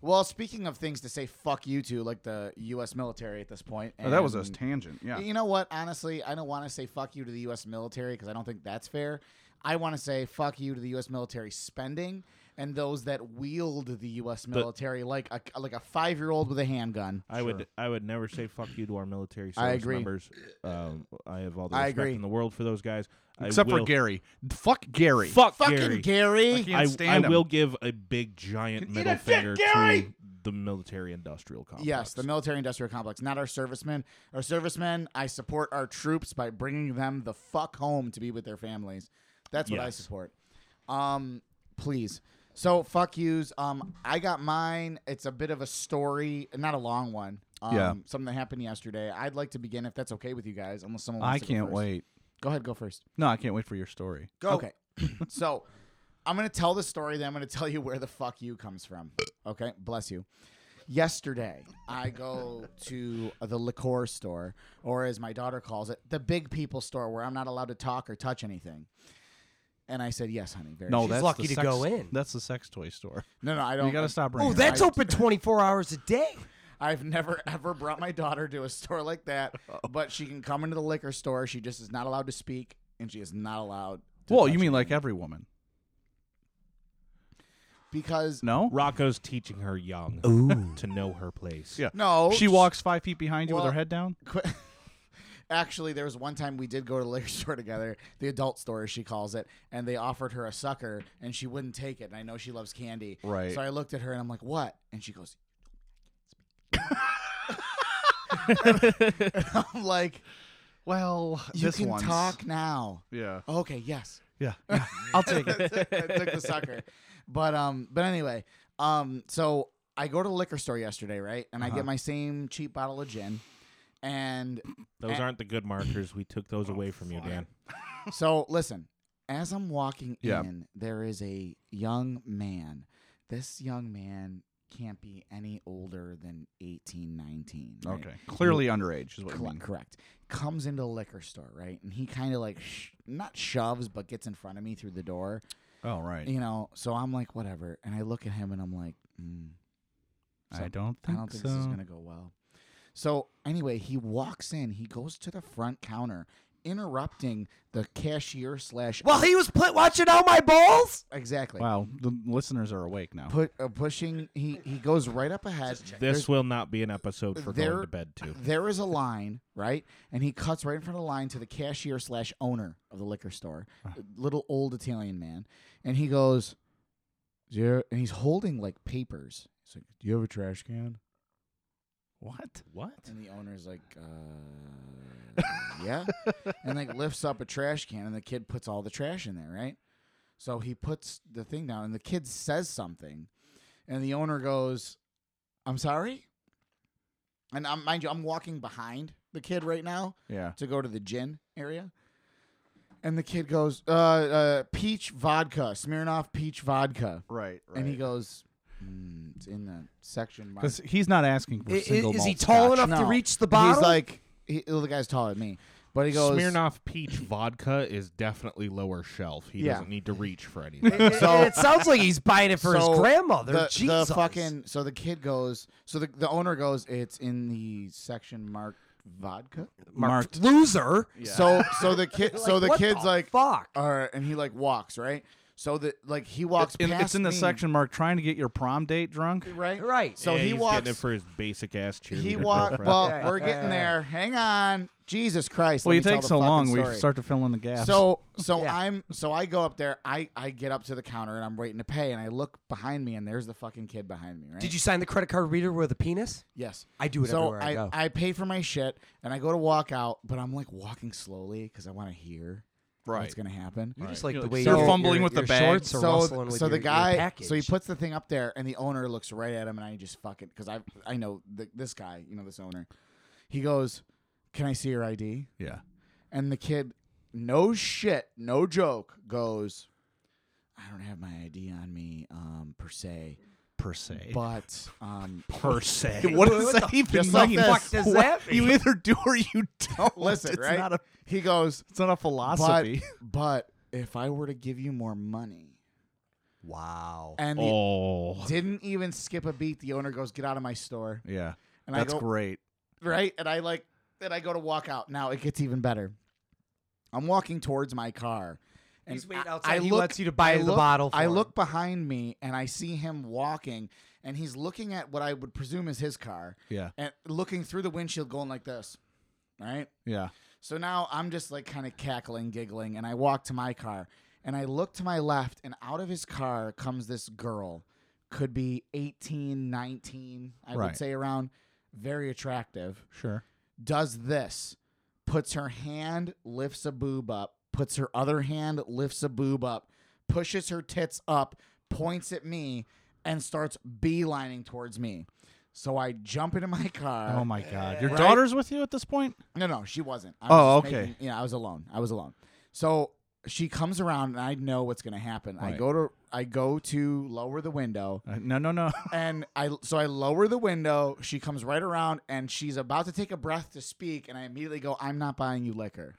Well, speaking of things to say fuck you to, like the U.S. military at this point.
oh, that was a
and-
tangent. Yeah,
You know what? Honestly, I don't want to say fuck you to the U.S. military because I don't think that's fair. I want to say fuck you to the U.S. military spending and those that wield the U.S. military like a like a five year old with a handgun.
I would, I would never say fuck you to our military
I
service
agree.
members. Um, I have all the
I
respect
agree.
in the world for those guys, I
except for
will-
Gary. Fuck Gary.
Fuck
Fucking
Gary.
Gary.
can't
I, I
stand him.
will give a big giant middle finger to the military industrial complex.
Yes, the military industrial complex, not our servicemen. Our servicemen, I support our troops by bringing them the fuck home to be with their families. That's what I
Yes.
support. Um, please. So fuck yous. Um, I got mine. It's a bit of a story, not a long one. Um,
Yeah.
Something that happened yesterday. I'd like to begin if that's okay with you guys, unless someone. Wants
I
to go
can't
first.
wait.
Go ahead. Go first.
No, I can't wait for your story.
Go.
Okay. so I'm going to tell the story, then I'm going to tell you where the fuck you comes from. Okay. Bless you. Yesterday, I go to the liqueur store, or as my daughter calls it, the big people store where I'm not allowed to talk or touch anything. And I said, yes, honey. Very
No,
sure."
that's
lucky
the
to
sex-
go in.
That's the sex toy store.
no, no, I don't.
You got to stop bringing.
Oh,
it
that's
up.
open 24 hours a day.
I've never ever brought my daughter to a store like that,
Oh.
but she can come into the liquor store. She just is not allowed to speak, and she is not allowed. To
Well,
touch
you mean like
anything.
every woman?
because
No.
Rocco's teaching her young to know her place.
Yeah.
no,
She walks five feet behind you
Well-
with her head down.
Qu- Actually, there was one time we did go to the liquor store together, the adult store as she calls it, and they offered her a sucker, and she wouldn't take it. And I know she loves candy,
Right.
So I looked at her and I'm like, "What?" And she goes, "I'm like,
Well,
you
this
can
one's-
talk now."
Yeah.
Okay, yes.
Yeah. I'll take it.
I took the sucker. But um, but anyway, um, so I go to the liquor store yesterday, right? And I get my same cheap bottle of gin, and
Those
Eh.
aren't the good markers. We took
Oh,
those away from you, Dan.
So listen, as I'm walking
Yeah.
in, there is a young man. This young man can't be any older than 18, 19. right?
Okay. Clearly underage is what you
Cl-
mean.
correct. Comes into the liquor store, right? And he kind of like, sh- not shoves, but gets in front of me through the door,
Oh, right.
you know? So I'm like, whatever. And I look at him and I'm like, mm,
I don't think
I don't think
so.
this is going to go well. So anyway, he walks in. He goes to the front counter, interrupting the cashier slash
While he was pl- watching all my balls.
exactly.
Wow, the listeners are awake now.
put uh, pushing. He he goes right up ahead.
This will not be an episode for
There-
going to bed too.
There is a line right, and he cuts right in front of the line to the cashier slash owner of the liquor store, a little old Italian man, and he goes, Do you- and he's holding like papers. He's like, "Do you have a trash can?"
What? What?
And the owner's like, uh, "Yeah," and like lifts up a trash can, and the kid puts all the trash in there, right? So he puts the thing down, and the kid says something, and the owner goes, "I'm sorry." And I'm, mind you, I'm walking behind the kid right now
Yeah.
to go to the gin area. And the kid goes, uh, uh, peach vodka, Smirnoff peach vodka.
Right. Right.
And he goes, mm, it's in the section. marked
because he's not asking for
I- i-
single
is he
malt
tall
scotch.
enough to
No.
reach the bottle?
He's like, he, well, the guy's taller than me, but he goes,
Smirnoff peach vodka is definitely lower shelf. He
Yeah.
doesn't need to reach for anything.
so it sounds like he's buying it for his
So
grandmother.
The, the
Jesus.
fucking so the kid goes, so the, the owner goes, it's in the section marked vodka.
marked loser.
So so the kid so
Like,
the
what
kid's
the
like,
fuck?
all right, and he like walks right. So that like he walks
In-
past
it's in the
me,
section mark trying to get your prom date drunk.
right
Right.
So
Yeah,
he
he's
walks
getting it for his basic ass cheerleader.
He walked.
girlfriend.
Well,
Yeah,
we're
yeah,
getting
yeah.
there. Hang on, Jesus Christ!
Well,
let
you
me tell
take
the
so
fucking
long,
story.
we start to fill in the gaps.
So, so
Yeah.
I'm, so I go up there. I, I get up to the counter and I'm waiting to pay, and I look behind me, and there's the fucking kid behind me. Right?
Did you sign the credit card reader with a penis?
Yes.
I do it
so
everywhere I
I,
go.
I pay for my shit, and I go to walk out, but I'm like walking slowly because I want to hear what's
right.
gonna happen.
You just like
You're
the
like,
way
"Sir,
your-
fumbling
your-
with the
your
bag."
shorts are
so,
rustling with
so
your-
the
your
guy,
package.
so he puts the thing up there, and the owner looks right at him, and I just fucking because I I know th- this guy, you know this owner. He goes, "Can I see your ID?"
Yeah.
And the kid, no shit, no joke, goes, I don't have my ID on me, um, per se,
Per se.
but um,
per se. What does that even
Just like
mean?
this.
Fuck does that
You either do or you don't.
listen,
it's
right?
Not a,
he goes,
it's not a
but,
philosophy.
but if I were to give you more money,
Wow.
and the,
Oh,
didn't even skip a beat, the owner goes, "Get out of my store,"
yeah.
and
That's
I go,
great.
right? And I like, and I go to walk out. Now it gets even better. I'm walking towards my car. And
He's waiting
I-
outside.
I
He
look-
wants you to buy
I
the
look-
bottle
I
for him.
look behind me and I see him walking, and he's looking at what I would presume is his car,
Yeah.
and looking through the windshield, going like this. Right.
Yeah.
So now I'm just like kind of cackling, giggling, and I walk to my car, and I look to my left, and out of his car comes this girl, could be 18, 19, I
Right.
would say around, very attractive
Sure.
does this, puts her hand, lifts a boob up, puts her other hand, lifts a boob up, pushes her tits up, points at me, and starts beelining towards me. So I jump into my car.
Oh my God. Your
Uh, Right?
daughter's with you at this point?
No, no, she wasn't. I
Oh,
was just
okay.
making- yeah, I was alone. I was alone. So she comes around, and I know what's going to happen. I
Right.
go to I go to lower the window,
Uh, no, no, no.
and I so I lower the window. She comes right around, and she's about to take a breath to speak, and I immediately go, "I'm not buying you liquor."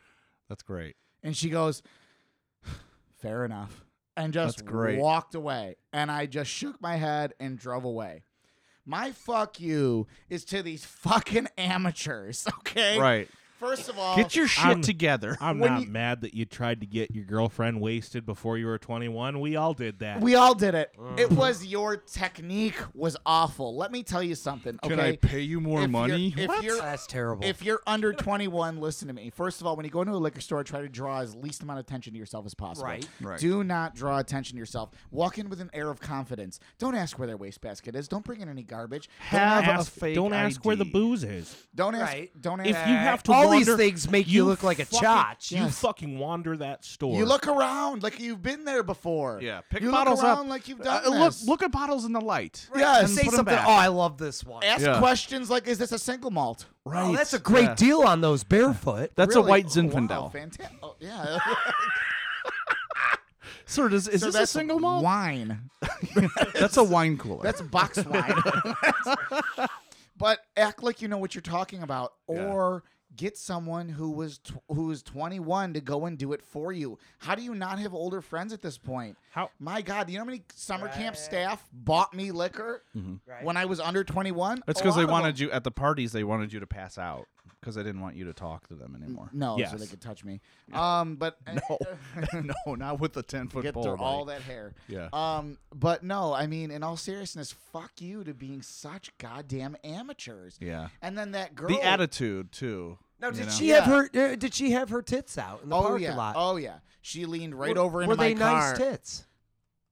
That's great.
And she goes, Fair enough. And just
That's great.
walked away. And I just shook my head and drove away. My fuck you is to these fucking amateurs, okay?
Right.
First of all,
Get your shit
I'm-
together.
I'm
When
not
you-
mad that you tried to get your girlfriend wasted before you were 21. We all did that.
we all did it. It was your technique was awful. Let me tell you something, okay?
Can I pay you more
If you're-
money?
if
What?
you're-
That's terrible.
If you're under 21, listen to me. First of all, when you go into a liquor store, try to draw as least amount of attention to yourself as possible.
Right.
Right.
Do not draw attention to yourself. Walk in with an air of confidence. Don't ask where their wastebasket is. Don't bring in any garbage.
Have
Don't
a
ask-
fake
Don't ask where the
ID.
booze is.
Don't ask.
Right.
Don't ask.
If you have to,
All these
wander-
things make you look like a
fucking-
chotch.
You
Yes.
fucking wander that store.
You look around like you've been there before.
yeah. Pick
you
bottles
look
up.
around like you've
Uh,
done
look,
this.
look at bottles in the light.
Yes.
And
Say
put 'em
something.
back.
Oh, I love this one.
Ask
Yeah.
questions like, "Is this a single malt?"
Oh,
Right.
that's a great
Yeah.
deal on those barefoot.
That's
Really?
a white
Oh, wow,
Zinfandel.
fanta- oh, yeah.
Sir, does, is
So
this a
that's
single malt?
Wine.
That's a wine cooler.
That's box wine. but act like you know what you're talking about,
Yeah.
or get someone who was tw- who is 21 to go and do it for you. How do you not have older friends at this point?
How-
My God, do you know how many summer camp staff bought me liquor when I was under 21?
Mm-hmm. That's because they wanted you at the parties. They wanted you to pass out because they didn't want you to talk to them anymore.
No, so
Yes.
they could touch me. Um, but
no, no, not with the ten foot
get
pole.
through all
buddy.
that hair.
Yeah.
Um, but no, I mean, in all seriousness, fuck you to being such goddamn amateurs.
Yeah.
And then that girl.
The attitude too.
Now,
you
did
know?
she
Yeah.
have her? Uh, did she have her tits out in the
oh
parking
yeah.
lot?
Oh yeah. She leaned right
Were-
over into
Were
my
they
car.
nice tits?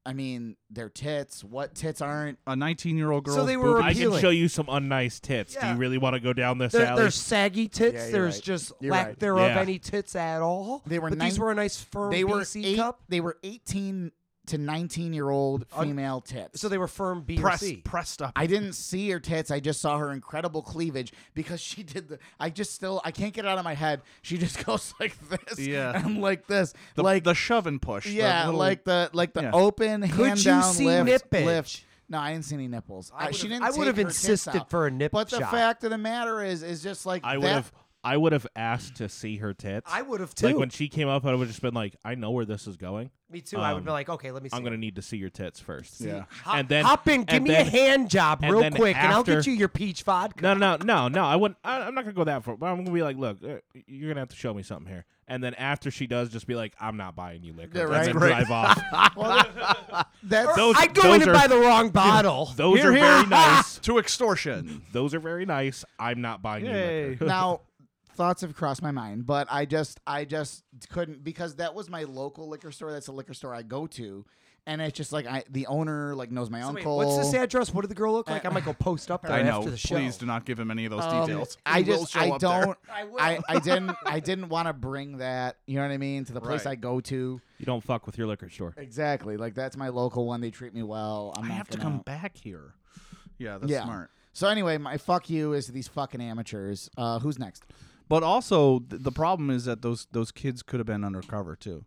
I mean, their tits. What tits aren't?
A 19 year old girl.
they were
I can
Appealing.
show you some unnice tits. Do
Yeah.
you really want to go down this
There,
alley?
there's saggy tits.
Yeah, you're
there's
right.
just
You're
lack
right.
thereof
Yeah.
any tits at all.
They were
but these
nine-
were a nice firm
They were
BC
eight,
cup.
They were eighteen to nineteen year old
Un-
female tits.
So they were firm B or
pressed,
C.
pressed up.
I didn't see her tits. I just saw her incredible cleavage because she did the. I just still. I can't get it out of my head. She just goes like this.
Yeah.
And like this.
the,
like
the shove and push. the
Yeah,
little-
like the like the
yeah.
open hand
you
down
see
lift,
nippage?
lift. No, I didn't see any nipples.
I
I, she
would've-
didn't.
I
take
would've
her tits
insisted
out.
for a nip
But the
shot.
fact of the matter is, is just like
I
that-
would have. I would have asked to see her tits.
I would have too.
like when she came up, I would have just been like, "I know where this is going.
Me too. I would be
Um,
like, okay, let me see.
I'm gonna need to see your tits first.
Yeah.
Hop,
and then
hop in, give
and
me
then-
a hand job
and
real
then
quick, and I'll get
after-
you your peach vodka.
No, no, no, no. I wouldn't. I, I'm not gonna go that far. But I'm gonna be like, look, uh, you're gonna have to show me something here. And then after she does, just be like, I'm not buying you liquor.
Yeah,
and
right.
then
Great.
drive off.
that's
Those-
I'd go
those
in and
are-
buy the wrong bottle.
Those
Here,
are
here.
very nice.
to extortion.
Those are very nice. I'm not buying you
Yay.
liquor.
now thoughts have crossed my mind, but I just I just couldn't because that was my local liquor store. That's a liquor store I go to, and it's just like I the owner like knows my
So wait,
uncle.
what's this address? What did the girl look like? I might go post up there
I know.
after the show.
Please do not give him any of those
Um,
details.
I
He will
just
show
I
up there.
don't I, I didn't I didn't want to bring that you know what I mean to the place
Right.
I go to
You don't fuck with your liquor store.
exactly like that's my local one they treat me well I'm
I
not
have to
gonna-
come back here. Yeah, that's
yeah
smart.
so anyway my fuck you is to these fucking amateurs uh who's next
But also, th- the problem is that those those kids could have been undercover too.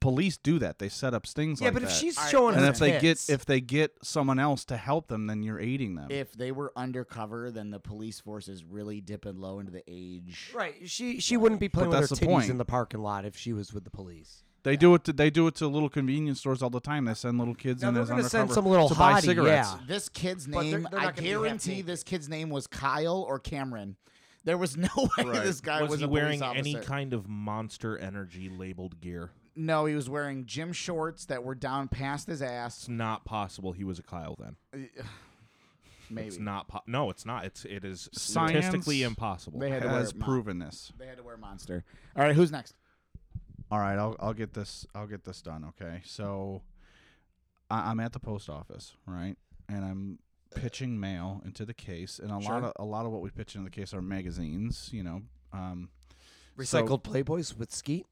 Police do that. They set up stings
Yeah,
like
but
that.
if she's showing
and
her
if they get
tits-
if they get someone else to help them, then you're aiding them.
if they were undercover then the police force is really dipping low into the age
right, she she wouldn't be playing
But
with her
that's the
titties
point.
in the parking lot if she was with the police.
they do it. To, they do it to little convenience stores all the time. They send little kids
Now
in
they're
as
gonna
undercover
send some little
to buy
hottie,
cigarettes.
yeah.
this kid's
But they're-
name
they're
I
not gonna be half
guarantee
naked.
this kid's name was Kyle or Cameron there was no way
Right.
this guy
was,
was,
he
a
wearing
police officer.
any kind of Monster Energy labeled gear?
No, he was wearing gym shorts that were down past his ass.
It's not possible. He was a Kyle then.
Maybe
It's not. Po- no, it's not. It's it is
Science-
statistically impossible.
they had to wear
Has
mon-
proven this.
They had to wear monster. All right, who's next?
All right, I'll I'll get this I'll get this done. Okay, so I, I'm at the post office, right, and I'm pitching mail into the case, and a lot of a lot of what we pitch into the case are magazines, you know. Um, so-
Recycled Playboys with Skeet.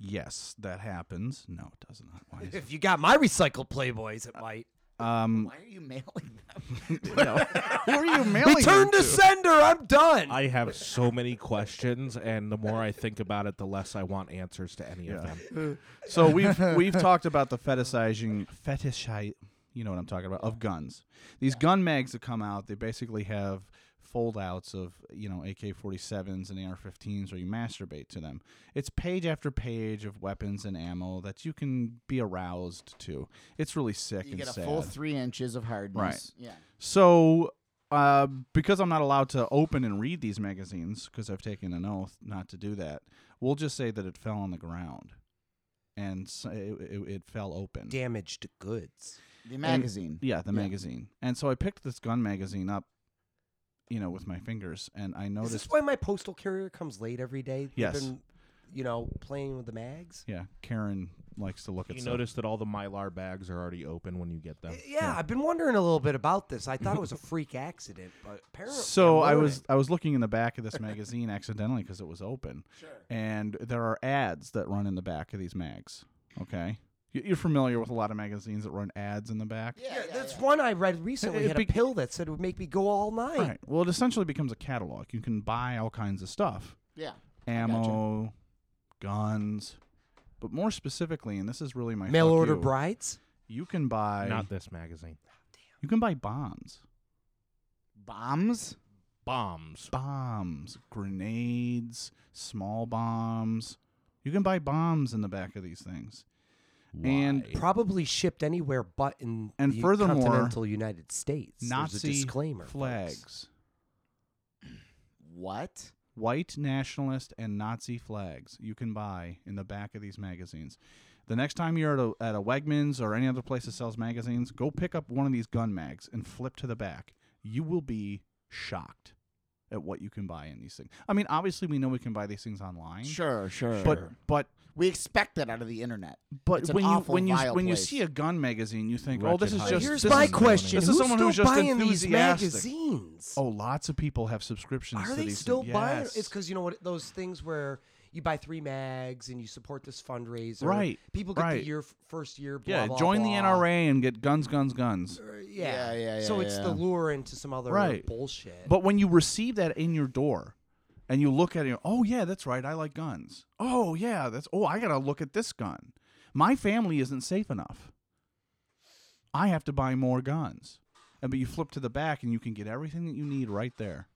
yes, that happens. No, it does not. Why is
If you got my recycled Playboys, it might.
um,
Why are you mailing them?
who are you mailing?
Return to sender. I'm done.
I have so many questions, and the more I think about it, the less I want answers to any of them.
So we've we've talked about the fetishizing fetishize you know what I'm talking about of guns. These gun mags that come out, they basically have fold outs of, you know, AK-47s and AR-15s where you masturbate to them. It's page after page of weapons and ammo that you can be aroused to. It's really sick
You
and
get a
sad.
full three inches of hardness. Yeah.
So, uh, because I'm not allowed to open and read these magazines because I've taken an oath not to do that, we'll just say that it fell on the ground, and so it, it, it fell open.
Damaged goods.
The magazine.
Yeah, the
Yeah.
magazine. And so I picked this gun magazine up, you know, with my fingers, and I
Is
noticed.
this why my postal carrier comes late every day? They've
Yes.
been, you know, playing with the mags.
yeah, Karen likes to look at.
You
stuff.
notice that all the Mylar bags are already open when you get them.
Y- Yeah, I've been wondering a little bit about this. I thought it was a freak accident, but apparently.
So
I'm
I
learning.
was I was looking in the back of this magazine accidentally because it was open, and there are ads that run in the back of these mags. Okay, You- you're familiar with a lot of magazines that run ads in the back.
Yeah, that's one I read recently.
it
had
be-
a pill that said it would make me go all night.
Right. Well, it essentially becomes a catalog. You can buy all kinds of stuff,
Yeah.
ammo, guns, but more specifically, and this is really my
Mail
fuck
order
you,
brides.
You can buy
Not this magazine.
you can buy bombs,
Bombs.
Bombs.
bombs, grenades, small bombs. You can buy bombs in the back of these things. And
Why?
Probably shipped anywhere but in
And
the
furthermore,
continental United States. There's
Nazi
a disclaimer, folks.
flags,
What?
white nationalist and Nazi flags you can buy in the back of these magazines. The next time you're at a, at a Wegmans or any other place that sells magazines, go pick up one of these gun mags and flip to the back. You will be shocked. at what you can buy in these things. I mean, obviously we know we can buy these things online.
Sure, sure.
But but
we expect that out of the internet.
but
It's an
when you
awful,
when you
vile
when you
place.
see a gun magazine, you think, "Oh, this
Wretched
is
high
just."
Here's
this
my
is-
question:
This is
Who's
someone
still
who's just
buying these
enthusiastic.
magazines?
Oh, lots of people have subscriptions.
Are
to
they
these
still
things.
buying?
Yes.
It's because you know what those things where you buy three mags and you support this fundraiser.
Right,
People get
right.
the year first year. Blah,
yeah,
blah,
join the
blah.
NRA and get guns, guns, guns.
Uh,
Yeah,
Yeah,
yeah,
So
yeah,
it's
yeah.
the lure into some other
Right.
bullshit.
But when you receive that in your door and you look at it, oh, yeah, that's right. I like guns. Oh, yeah, that's, oh, I got to look at this gun. My family isn't safe enough. I have to buy more guns. And but you flip to the back and you can get everything that you need right there.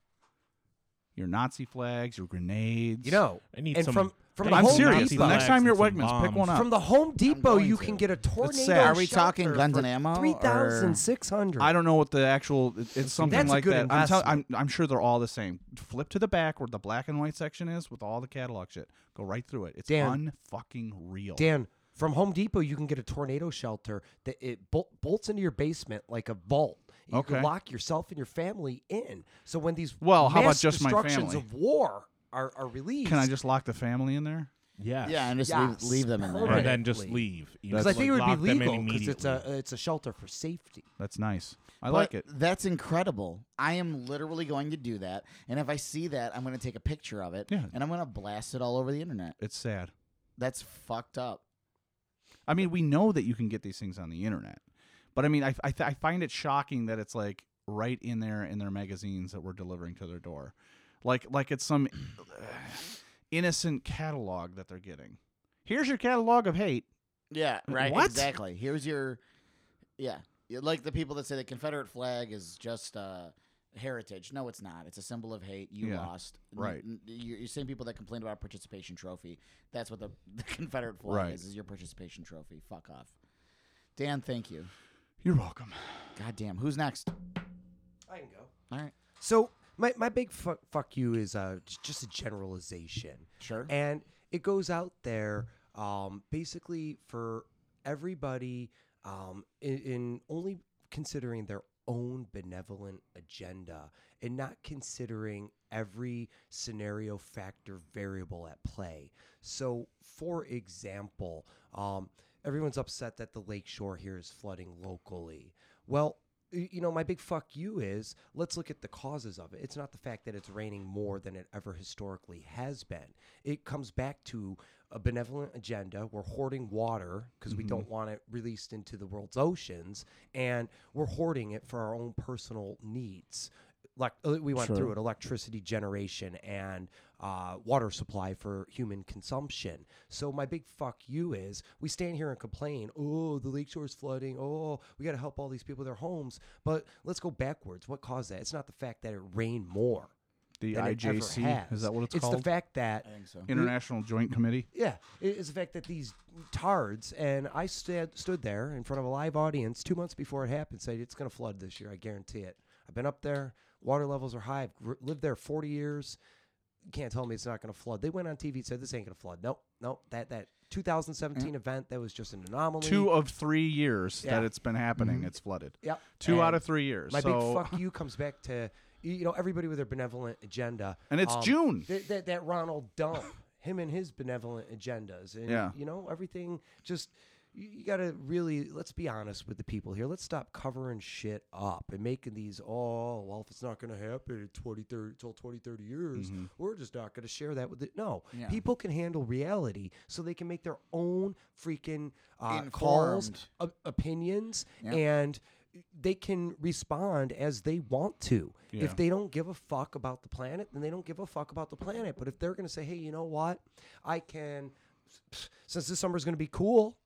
Your Nazi flags, your grenades.
you know,
I need
and
some-
from from the
I need
I'm
some
Home
serious.
Nazi
The
Depot,
next
flags
time
and
you're at
some
Wegmans, pick
bombs.
one up.
from the Home Depot,
going
you
to.
can get a tornado.
sad. Are
we talking guns and ammo, or-
Three thousand six hundred.
I don't know what the actual. it- It's something
That's a
like
good
that. I'm, tell, I'm,
investment.
I'm sure they're all the same. Flip to the back where the black and white section is with all the catalog shit. Go right through it. It's
Dan.
unfucking real.
Dan, from Home Depot, you can get a tornado shelter that it bol- bolts into your basement like a vault. You
Okay.
can lock yourself and your family in. So when these
Well, how about
mass
just my
destructions
family?
of war are, are released,
Can I just lock the family in there?
Yes.
Yeah, and just
Yes,
leave, leave them in there.
perfect.
and then just
Immediately.
leave. You know,
Because I
just,
think
like,
it would be
lock them in
legal because it's a
immediately.
it's a shelter for safety.
That's nice. I
But
like it.
That's incredible. I am literally going to do that, and if I see that, I'm going to take a picture of it,
Yeah.
and I'm going to blast it all over the internet.
It's sad.
That's fucked up.
I mean, we know that you can get these things on the internet, but I mean, I I, th- I find it shocking that it's like right in there in their magazines that we're delivering to their door, like like it's some innocent catalog that they're getting. Here's your catalog of hate.
Yeah, right.
What?
Exactly. Here's your, yeah, You- like the people that say the Confederate flag is just uh, heritage. No, it's not. It's a symbol of hate. You
Yeah,
lost. N-
right.
n- you're, you're same people that complained about a participation trophy. That's what the, the Confederate flag
Right.
is. Is your participation trophy? Fuck off. Dan, thank you.
You're welcome.
God damn. Who's next?
I can go.
All right.
So my, my big fuck, fuck you is uh, j- just a generalization.
Sure.
And it goes out there um, basically for everybody um, in, in only considering their own benevolent agenda and not considering every scenario factor variable at play. So, for example, um, everyone's upset that the lakeshore here is flooding locally. Well, y- you know, my big fuck you is let's look at the causes of it. It's not the fact that it's raining more than it ever historically has been. It comes back to a benevolent agenda. We're hoarding water because we don't want it released into the world's oceans, and we're hoarding it for our own personal needs. Like uh, we went through it electricity generation and uh, water supply for human consumption. So, my big fuck you is we stand here and complain, oh, the lakeshore is flooding. Oh, we got to help all these people with their homes. But let's go backwards. What caused that? It's not the fact that it rained more.
The
than it ever
IJC
has.
is that what it's,
It's
called?
the fact that
International Joint Committee.
yeah, i- it's the fact that these tards and I stood stood there in front of a live audience two months before it happened, said it's going to flood this year. I guarantee it. I've been up there. Water levels are high. I've gr- lived there forty years. You can't tell me it's not going to flood. They went on TV and said this ain't going to flood. Nope, nope. That that 2017 event that was just an anomaly.
Mm. Two uh, of three years
Yeah.
that it's been happening, it's flooded.
Yep.
Two out
And
of three years.
My
so
big fuck you comes back to you you know everybody with their benevolent agenda,
And it's June.
That that that Ronald Dump, him and his benevolent agendas, and
Yeah.
you know everything. Just you, you got to really let's be honest with the people here. Let's stop covering shit up and making these. Oh well, if it's not going to happen in twenty thirty till twenty thirty years,
Mm-hmm.
we're just not going to share that with it. No, people can handle reality, so they can make their own freaking uh, calls,
Informed.
op- opinions, and they can respond as they want to.
Yeah.
If they don't give a fuck about the planet, then they don't give a fuck about the planet. But if they're going to say, hey, you know what? I can, since this summer's going to be cool,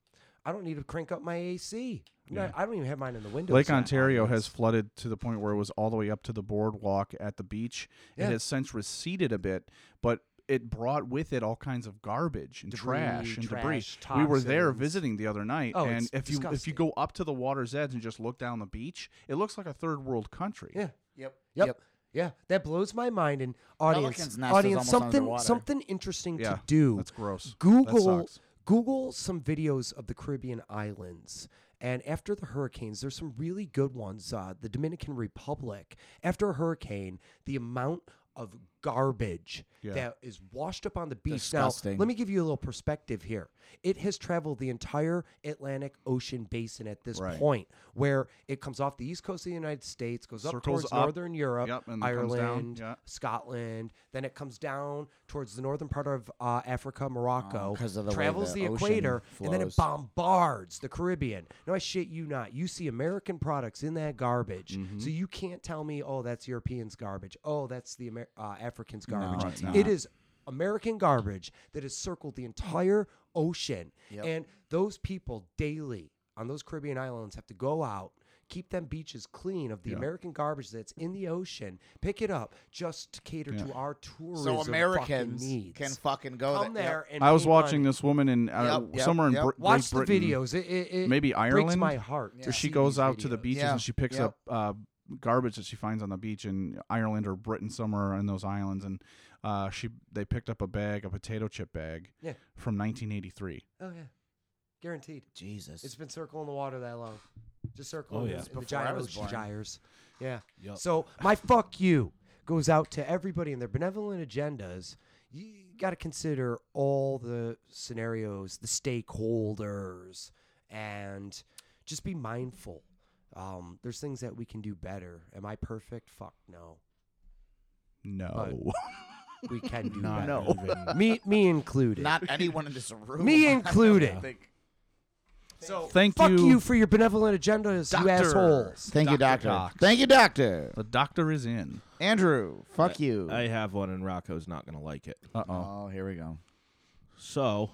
I don't need to crank up my AC. I'm not- I don't even have mine in the window.
Lake Ontario has flooded to the point where it was all the way up to the boardwalk at the beach. It
Yeah.
has since receded a bit, but it brought with it all kinds of garbage and trash
Debris,
and
trash,
debris. We were there
toxins.
visiting the other night,
Oh,
and if
it's
you if you
disgusting.
go up to the water's edge and just look down the beach, it looks like a third world country.
Yeah.
Yep.
Yep. Yeah, that blows my mind. And audience,
Pelican's nest is
audience,
almost
something,
underwater.
something interesting
Yeah,
to do.
that's gross. That
Google,
sucks.
Google some videos of the Caribbean islands. And after the hurricanes, there's some really good ones. Uh, the Dominican Republic. After a hurricane, the amount of garbage
Yeah.
that is washed up on the beach.
Disgusting.
Now, let me give you a little perspective here. It has traveled the entire Atlantic Ocean basin at this
Right.
point, where it comes off the east coast of the United States, goes up
Circles
towards
up.
northern Europe,
Yep, and then comes down.
Ireland,
Yeah.
Scotland. Then it comes down towards the northern part of uh, Africa, Morocco,
Oh, 'cause of the way
travels
the
the,
ocean
equator, and then
flows.
it bombards um, the Caribbean. No, I shit you not. You see American products in that garbage,
Mm-hmm.
so you can't tell me, oh, that's Europeans' garbage. Oh, that's the Amer- uh, Africans' garbage.
it's
it is American garbage that has circled the entire ocean, and those people daily on those Caribbean islands have to go out. Keep them beaches clean of the American garbage that's in the ocean. Pick it up just to cater to our tourism
So
fucking
Americans
needs.
can fucking go
come
there. Yep.
there. And
I was
pay
watching
money.
this woman in uh,
Yep, yep,
somewhere in
yep.
Br- Great
Watch the
Britain.
videos. It, it, it
Maybe
breaks
Ireland?
my heart. to
where she
see
goes
these
out to the
videos.
beaches
Yeah,
and she picks
yeah.
up uh, garbage that she finds on the beach in Ireland or Britain somewhere in those islands, and uh, she they picked up a bag, a potato chip bag,
Yeah.
from 1983.
Oh yeah, guaranteed.
Jesus.
It's been circling the water that long. Just circling
yeah.
in the
Before I was
gyros,
born.
gyres. Yeah.
Yup.
So my fuck you goes out to everybody and their benevolent agendas. You got to consider all the scenarios, the stakeholders, and just be mindful. Um, there's things that we can do better. Am I perfect? Fuck no.
No,
We can do
Not
better.
even-
Me, me included.
not anyone in this room.
Me
I don't
included.
think.
so
thank
fuck
you.
you. for your benevolent agendas, you assholes.
Thank you,
Dr.
doctor.
Cox.
Thank you, doctor.
the doctor is in.
Andrew, fuck you.
I have one, and Rocco's not going to like it.
Uh oh.
oh, here we go.
So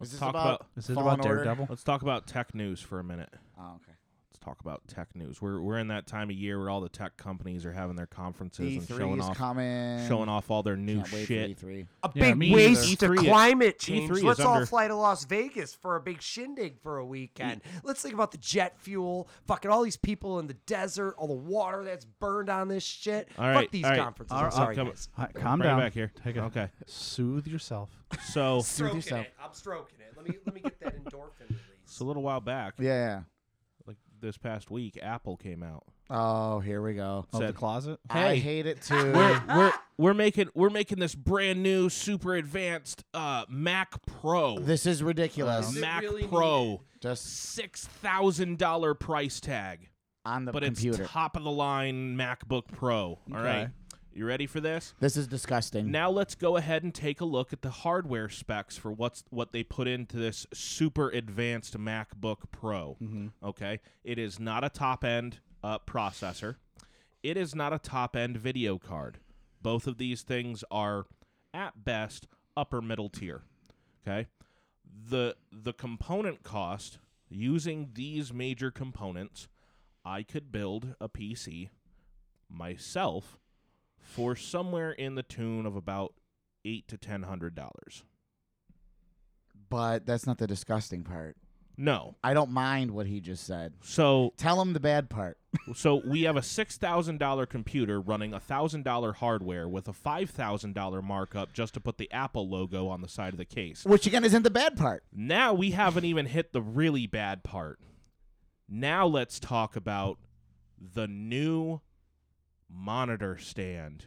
Is this
talk
about?
about-
Is it
Fallen
about
Order?
Daredevil?
let's talk about tech news for a minute.
Oh, okay.
Let's talk about tech news. We're we're in that time of year where all the tech companies are having their conferences
E
and showing
three is
off
coming.
showing off all their new
Can't wait for E
shit.
three.
A
Yeah,
big
me
waste
either.
of
E3 is-
climate change.
E3 is
Let's all
under-
fly to Las Vegas for a big shindig for a weekend. Let's think about the jet fuel, fucking all these people in the desert, all the water that's burned on this shit.
All
Fuck
right,
these
all right.
conferences.
All
I'm
right,
sorry,
come-
guys.
Hi, calm
Bring it
down.
back here.
Take it.
Okay.
Soothe yourself.
So
Stroking
yourself.
it. I'm stroking it. Let me let me get that endorphin release.
so a little while back,
Yeah.
like this past week, Apple came out.
Oh, here we go.
Of the
Said-
closet.
I
Hey.
hate it too.
We're, we're we're making we're making this brand new super advanced uh, Mac Pro.
this is ridiculous.
Is it
Mac
really
Pro
Just
six thousand dollar price tag.
on the
but
computer.
it's top of the line MacBook Pro. All
Okay.
right. You ready for this?
this is disgusting.
Now let's go ahead and take a look at the hardware specs for what's what they put into this super advanced MacBook Pro. Okay? It is not a top end uh, processor. It is not a top end video card. Both of these things are at best upper middle tier. Okay? The the component cost using these major components, I could build a PC myself for somewhere in the tune of about eight to ten hundred dollars.
but that's not the disgusting part.
No,
I don't mind what he just said.
so
Tell him the bad part.
so we have a six thousand dollar computer running a thousand dollar hardware with a five thousand dollar markup just to put the Apple logo on the side of the case.
Which again isn't the bad part.
Now we haven't even hit the really bad part. Now let's talk about the new monitor stand.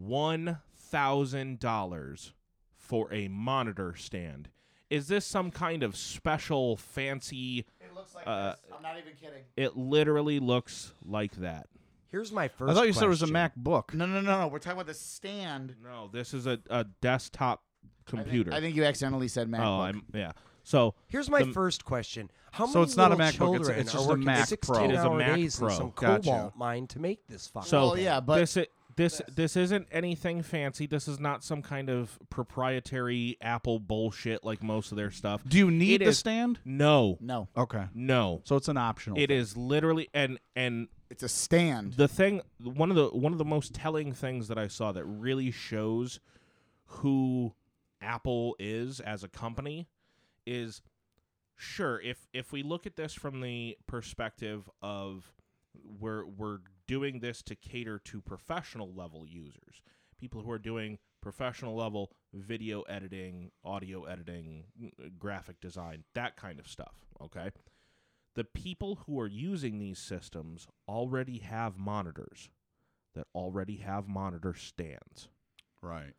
$1,000 for a monitor stand. Is this some kind of special fancy?
It looks like
Uh, this.
I'm not even kidding.
It literally looks like that.
Here's my first.
I thought you said it was a
question.
MacBook.
No, no, no, no. We're talking about the stand.
No, this is a, a desktop computer.
I think you accidentally said
oh,
MacBook.
I'm yeah. So
Here's my
the-
first question: How
So
many
it's not a
little
MacBook, it's-
children
it's just
are
a
working
Mac Pro. It
sixteen
is
a
hour
Mac
days
Pro.
in some
Gotcha.
cobalt mine to make this fucking?
So-
well, yeah, but
this i- this this isn't anything fancy. This is not some kind of proprietary Apple bullshit like most of their stuff.
Do you need
It
the
is-
stand?
No,
no,
Okay.
no.
So it's an optional.
It is literally and and
it's a stand.
the thing one of the one of the most telling things that I saw that really shows who Apple is as a company is sure if if we look at this from the perspective of we're we're doing this to cater to professional level users people who are doing professional level video editing audio editing n- graphic design that kind of stuff okay the people who are using these systems already have monitors that already have monitor stands.
Right.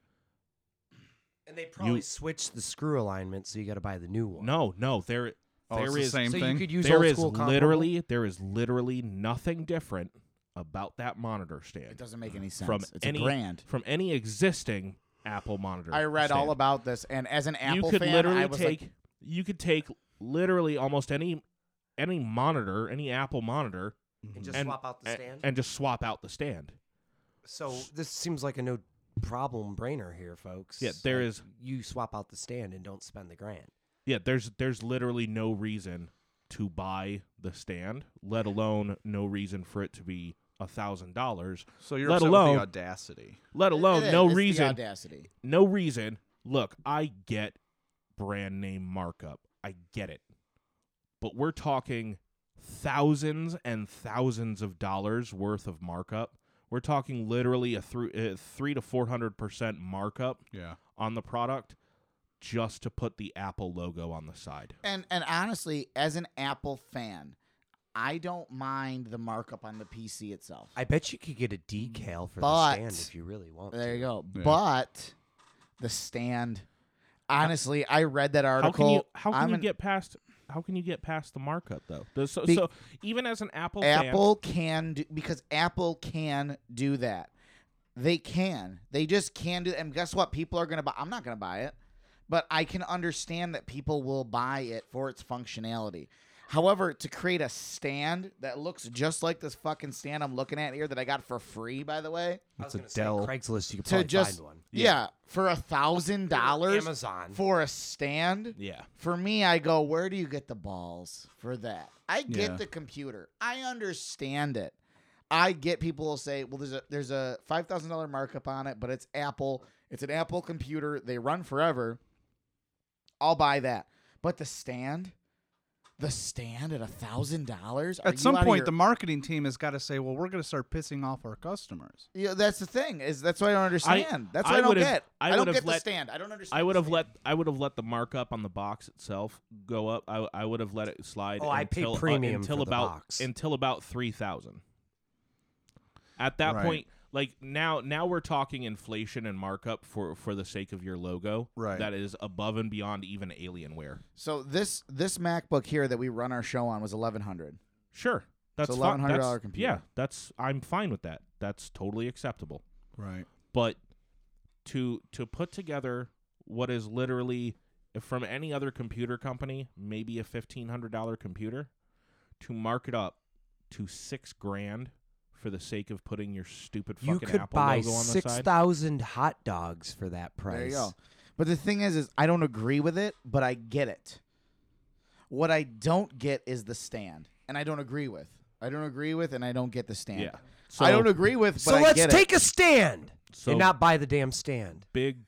And they probably
You-
switched the screw alignment, so you got to buy the new one.
No, no, there
Oh, it's
there
the
is
same
so
thing.
you could use
there
old
is
school comparable.
literally there is literally nothing different about that monitor
It
stand
doesn't make any sense.
Mm-hmm. from
it's
any
a grand.
from any existing Apple monitor.
I read all
stand.
about this, and as an Apple
you could
fan,
literally
I was
take
like,
you could take literally almost any any monitor, any Apple monitor,
and just
and
swap out the
a-
stand.
and just swap out the stand.
so this seems like a no problem brainer here, folks.
Yeah, there
Like,
is-
You swap out the stand and don't spend the grand.
Yeah, there's there's literally no reason to buy the stand, let alone no reason for it to be a thousand dollars.
So you're
let
upset
alone
with the audacity.
let alone
it is,
no
it's the
reason
audacity.
no reason. Look, I get brand name markup. I get it. But we're talking thousands and thousands of dollars worth of markup. We're talking literally a thr uh, 3 to 400% markup
Yeah.
on the product just to put the Apple logo on the side.
And and honestly, as an Apple fan, I don't mind the markup on the PC itself.
I bet you could get a decal for
But-
the stand if you really want.
there
to.
you go.
Yeah.
But the stand. Honestly, I read that
How
article.
can you how can
I'm
you
an-
get past how can you get past the markup though? Does- So,
Be-
so even as an Apple fan-
Apple can do, because Apple can do that. They can. They just can do. And guess what? People are gonna buy. I'm not gonna buy it, but I can understand that people will buy it for its functionality. However, to create a stand that looks just like this fucking stand I'm looking at here that I got for free, by the way,
I was
It's a
gonna say
Dell.
Craigslist. You could
to
probably
just
find one.
yeah. for a thousand dollars
Amazon.
for a stand.
Yeah.
For me, I go, where do you get the balls for that? I get
Yeah.
the computer. I understand it. I get people will say, well, there's a there's a five thousand dollar markup on it, but it's Apple. It's an Apple computer. They run forever. I'll buy that. But the stand, the stand at a thousand dollars.
At some point, the marketing team has got to say, "Well, we're going to start pissing off our customers."
yeah, that's the thing is that's what I don't understand. that's what I,
I
don't
would've-
get.
I
I, don't
would've
get the
let-
stand. I don't understand.
I would
the
have
stand.
let I would have let the markup on the box itself go up. I, I would have let it slide.
Oh, I paid
until, uh,
premium
until
for the
about
box.
until about three thousand. At that
Right.
point, like now, now we're talking inflation and markup for for the sake of your logo.
Right.
That is above and beyond even Alienware.
So this this MacBook here that we run our show on was eleven hundred.
Sure, that's
It's a
fi-
$1,100
that's-
computer.
Yeah, that's I'm fine with that. That's totally acceptable.
Right.
but to to put together what is literally from any other computer company maybe a $1500 computer to mark it up to 6 grand for the sake of putting your stupid fucking
You could
Apple
buy
logo on the
six
side
thousand hot dogs for that price.
There you go. But the thing is, is I don't agree with it, but I get it. What I don't get is the stand, and I don't agree with. I don't agree with, and I don't get the stand.
yeah
I don't agree with, but
So
I
let's
get
take
it.
a stand
So-
and not buy the damn stand.
big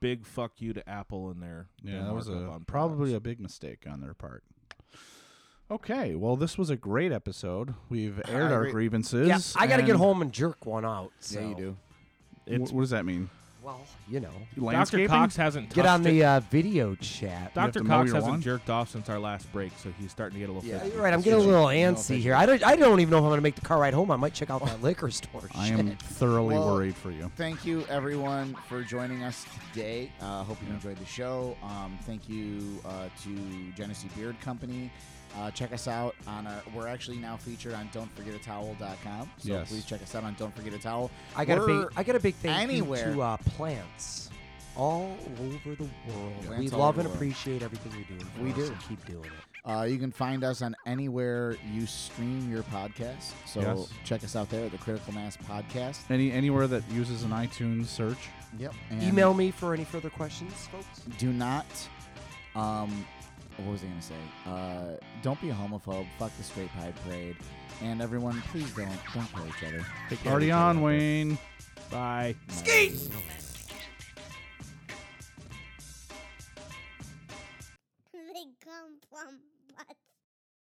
big fuck you to Apple in there
Yeah, that was a, probably a big mistake on their part. Okay, well, this was a great episode. We've aired our
agree.
grievances.
Yeah, I gotta get
and-
home and jerk one out. So.
Wh- what does that mean?
Well, you know,
Dr.
Landscaping?
Cox hasn't
get
touched
on the
it.
uh, video chat.
have
Dr.
to mow
Cox
your
hasn't
lawn?
jerked off since our last break so he's starting to get a little
Yeah,
fidgety.
you're right. I'm getting a little antsy here. I don't. I don't even know if I'm gonna make the car ride home. I might check out that liquor store.
I
Shit.
am thoroughly
Well,
worried for you.
Thank you, everyone, for joining us today. Uh, hope you enjoyed the show. Um, thank you uh, to Genesee Beard Company. Uh, check us out on our. We're actually now featured on Don'tForgetATowel.com. So
Yes.
please check us out on Don't Forget a Towel.
I got a
We're-
big. I got a big thank
anywhere.
you to uh, plants all over the world.
Yeah.
we
Plants all
love
over
and
the world.
appreciate everything you're doing. For
We
us,
do.
and keep doing it.
Uh, you can find us on anywhere you stream your podcast. So
Yes.
check us out there at the Critical Mass Podcast.
Any anywhere that uses an iTunes search.
Yep. And
Email me for any further questions, folks.
Do not. Um, what was I going to say? Uh, don't be a homophobe. Fuck the straight pride parade. And everyone, please don't don't kill each other.
Party on, Wayne. Bye.
Skeet.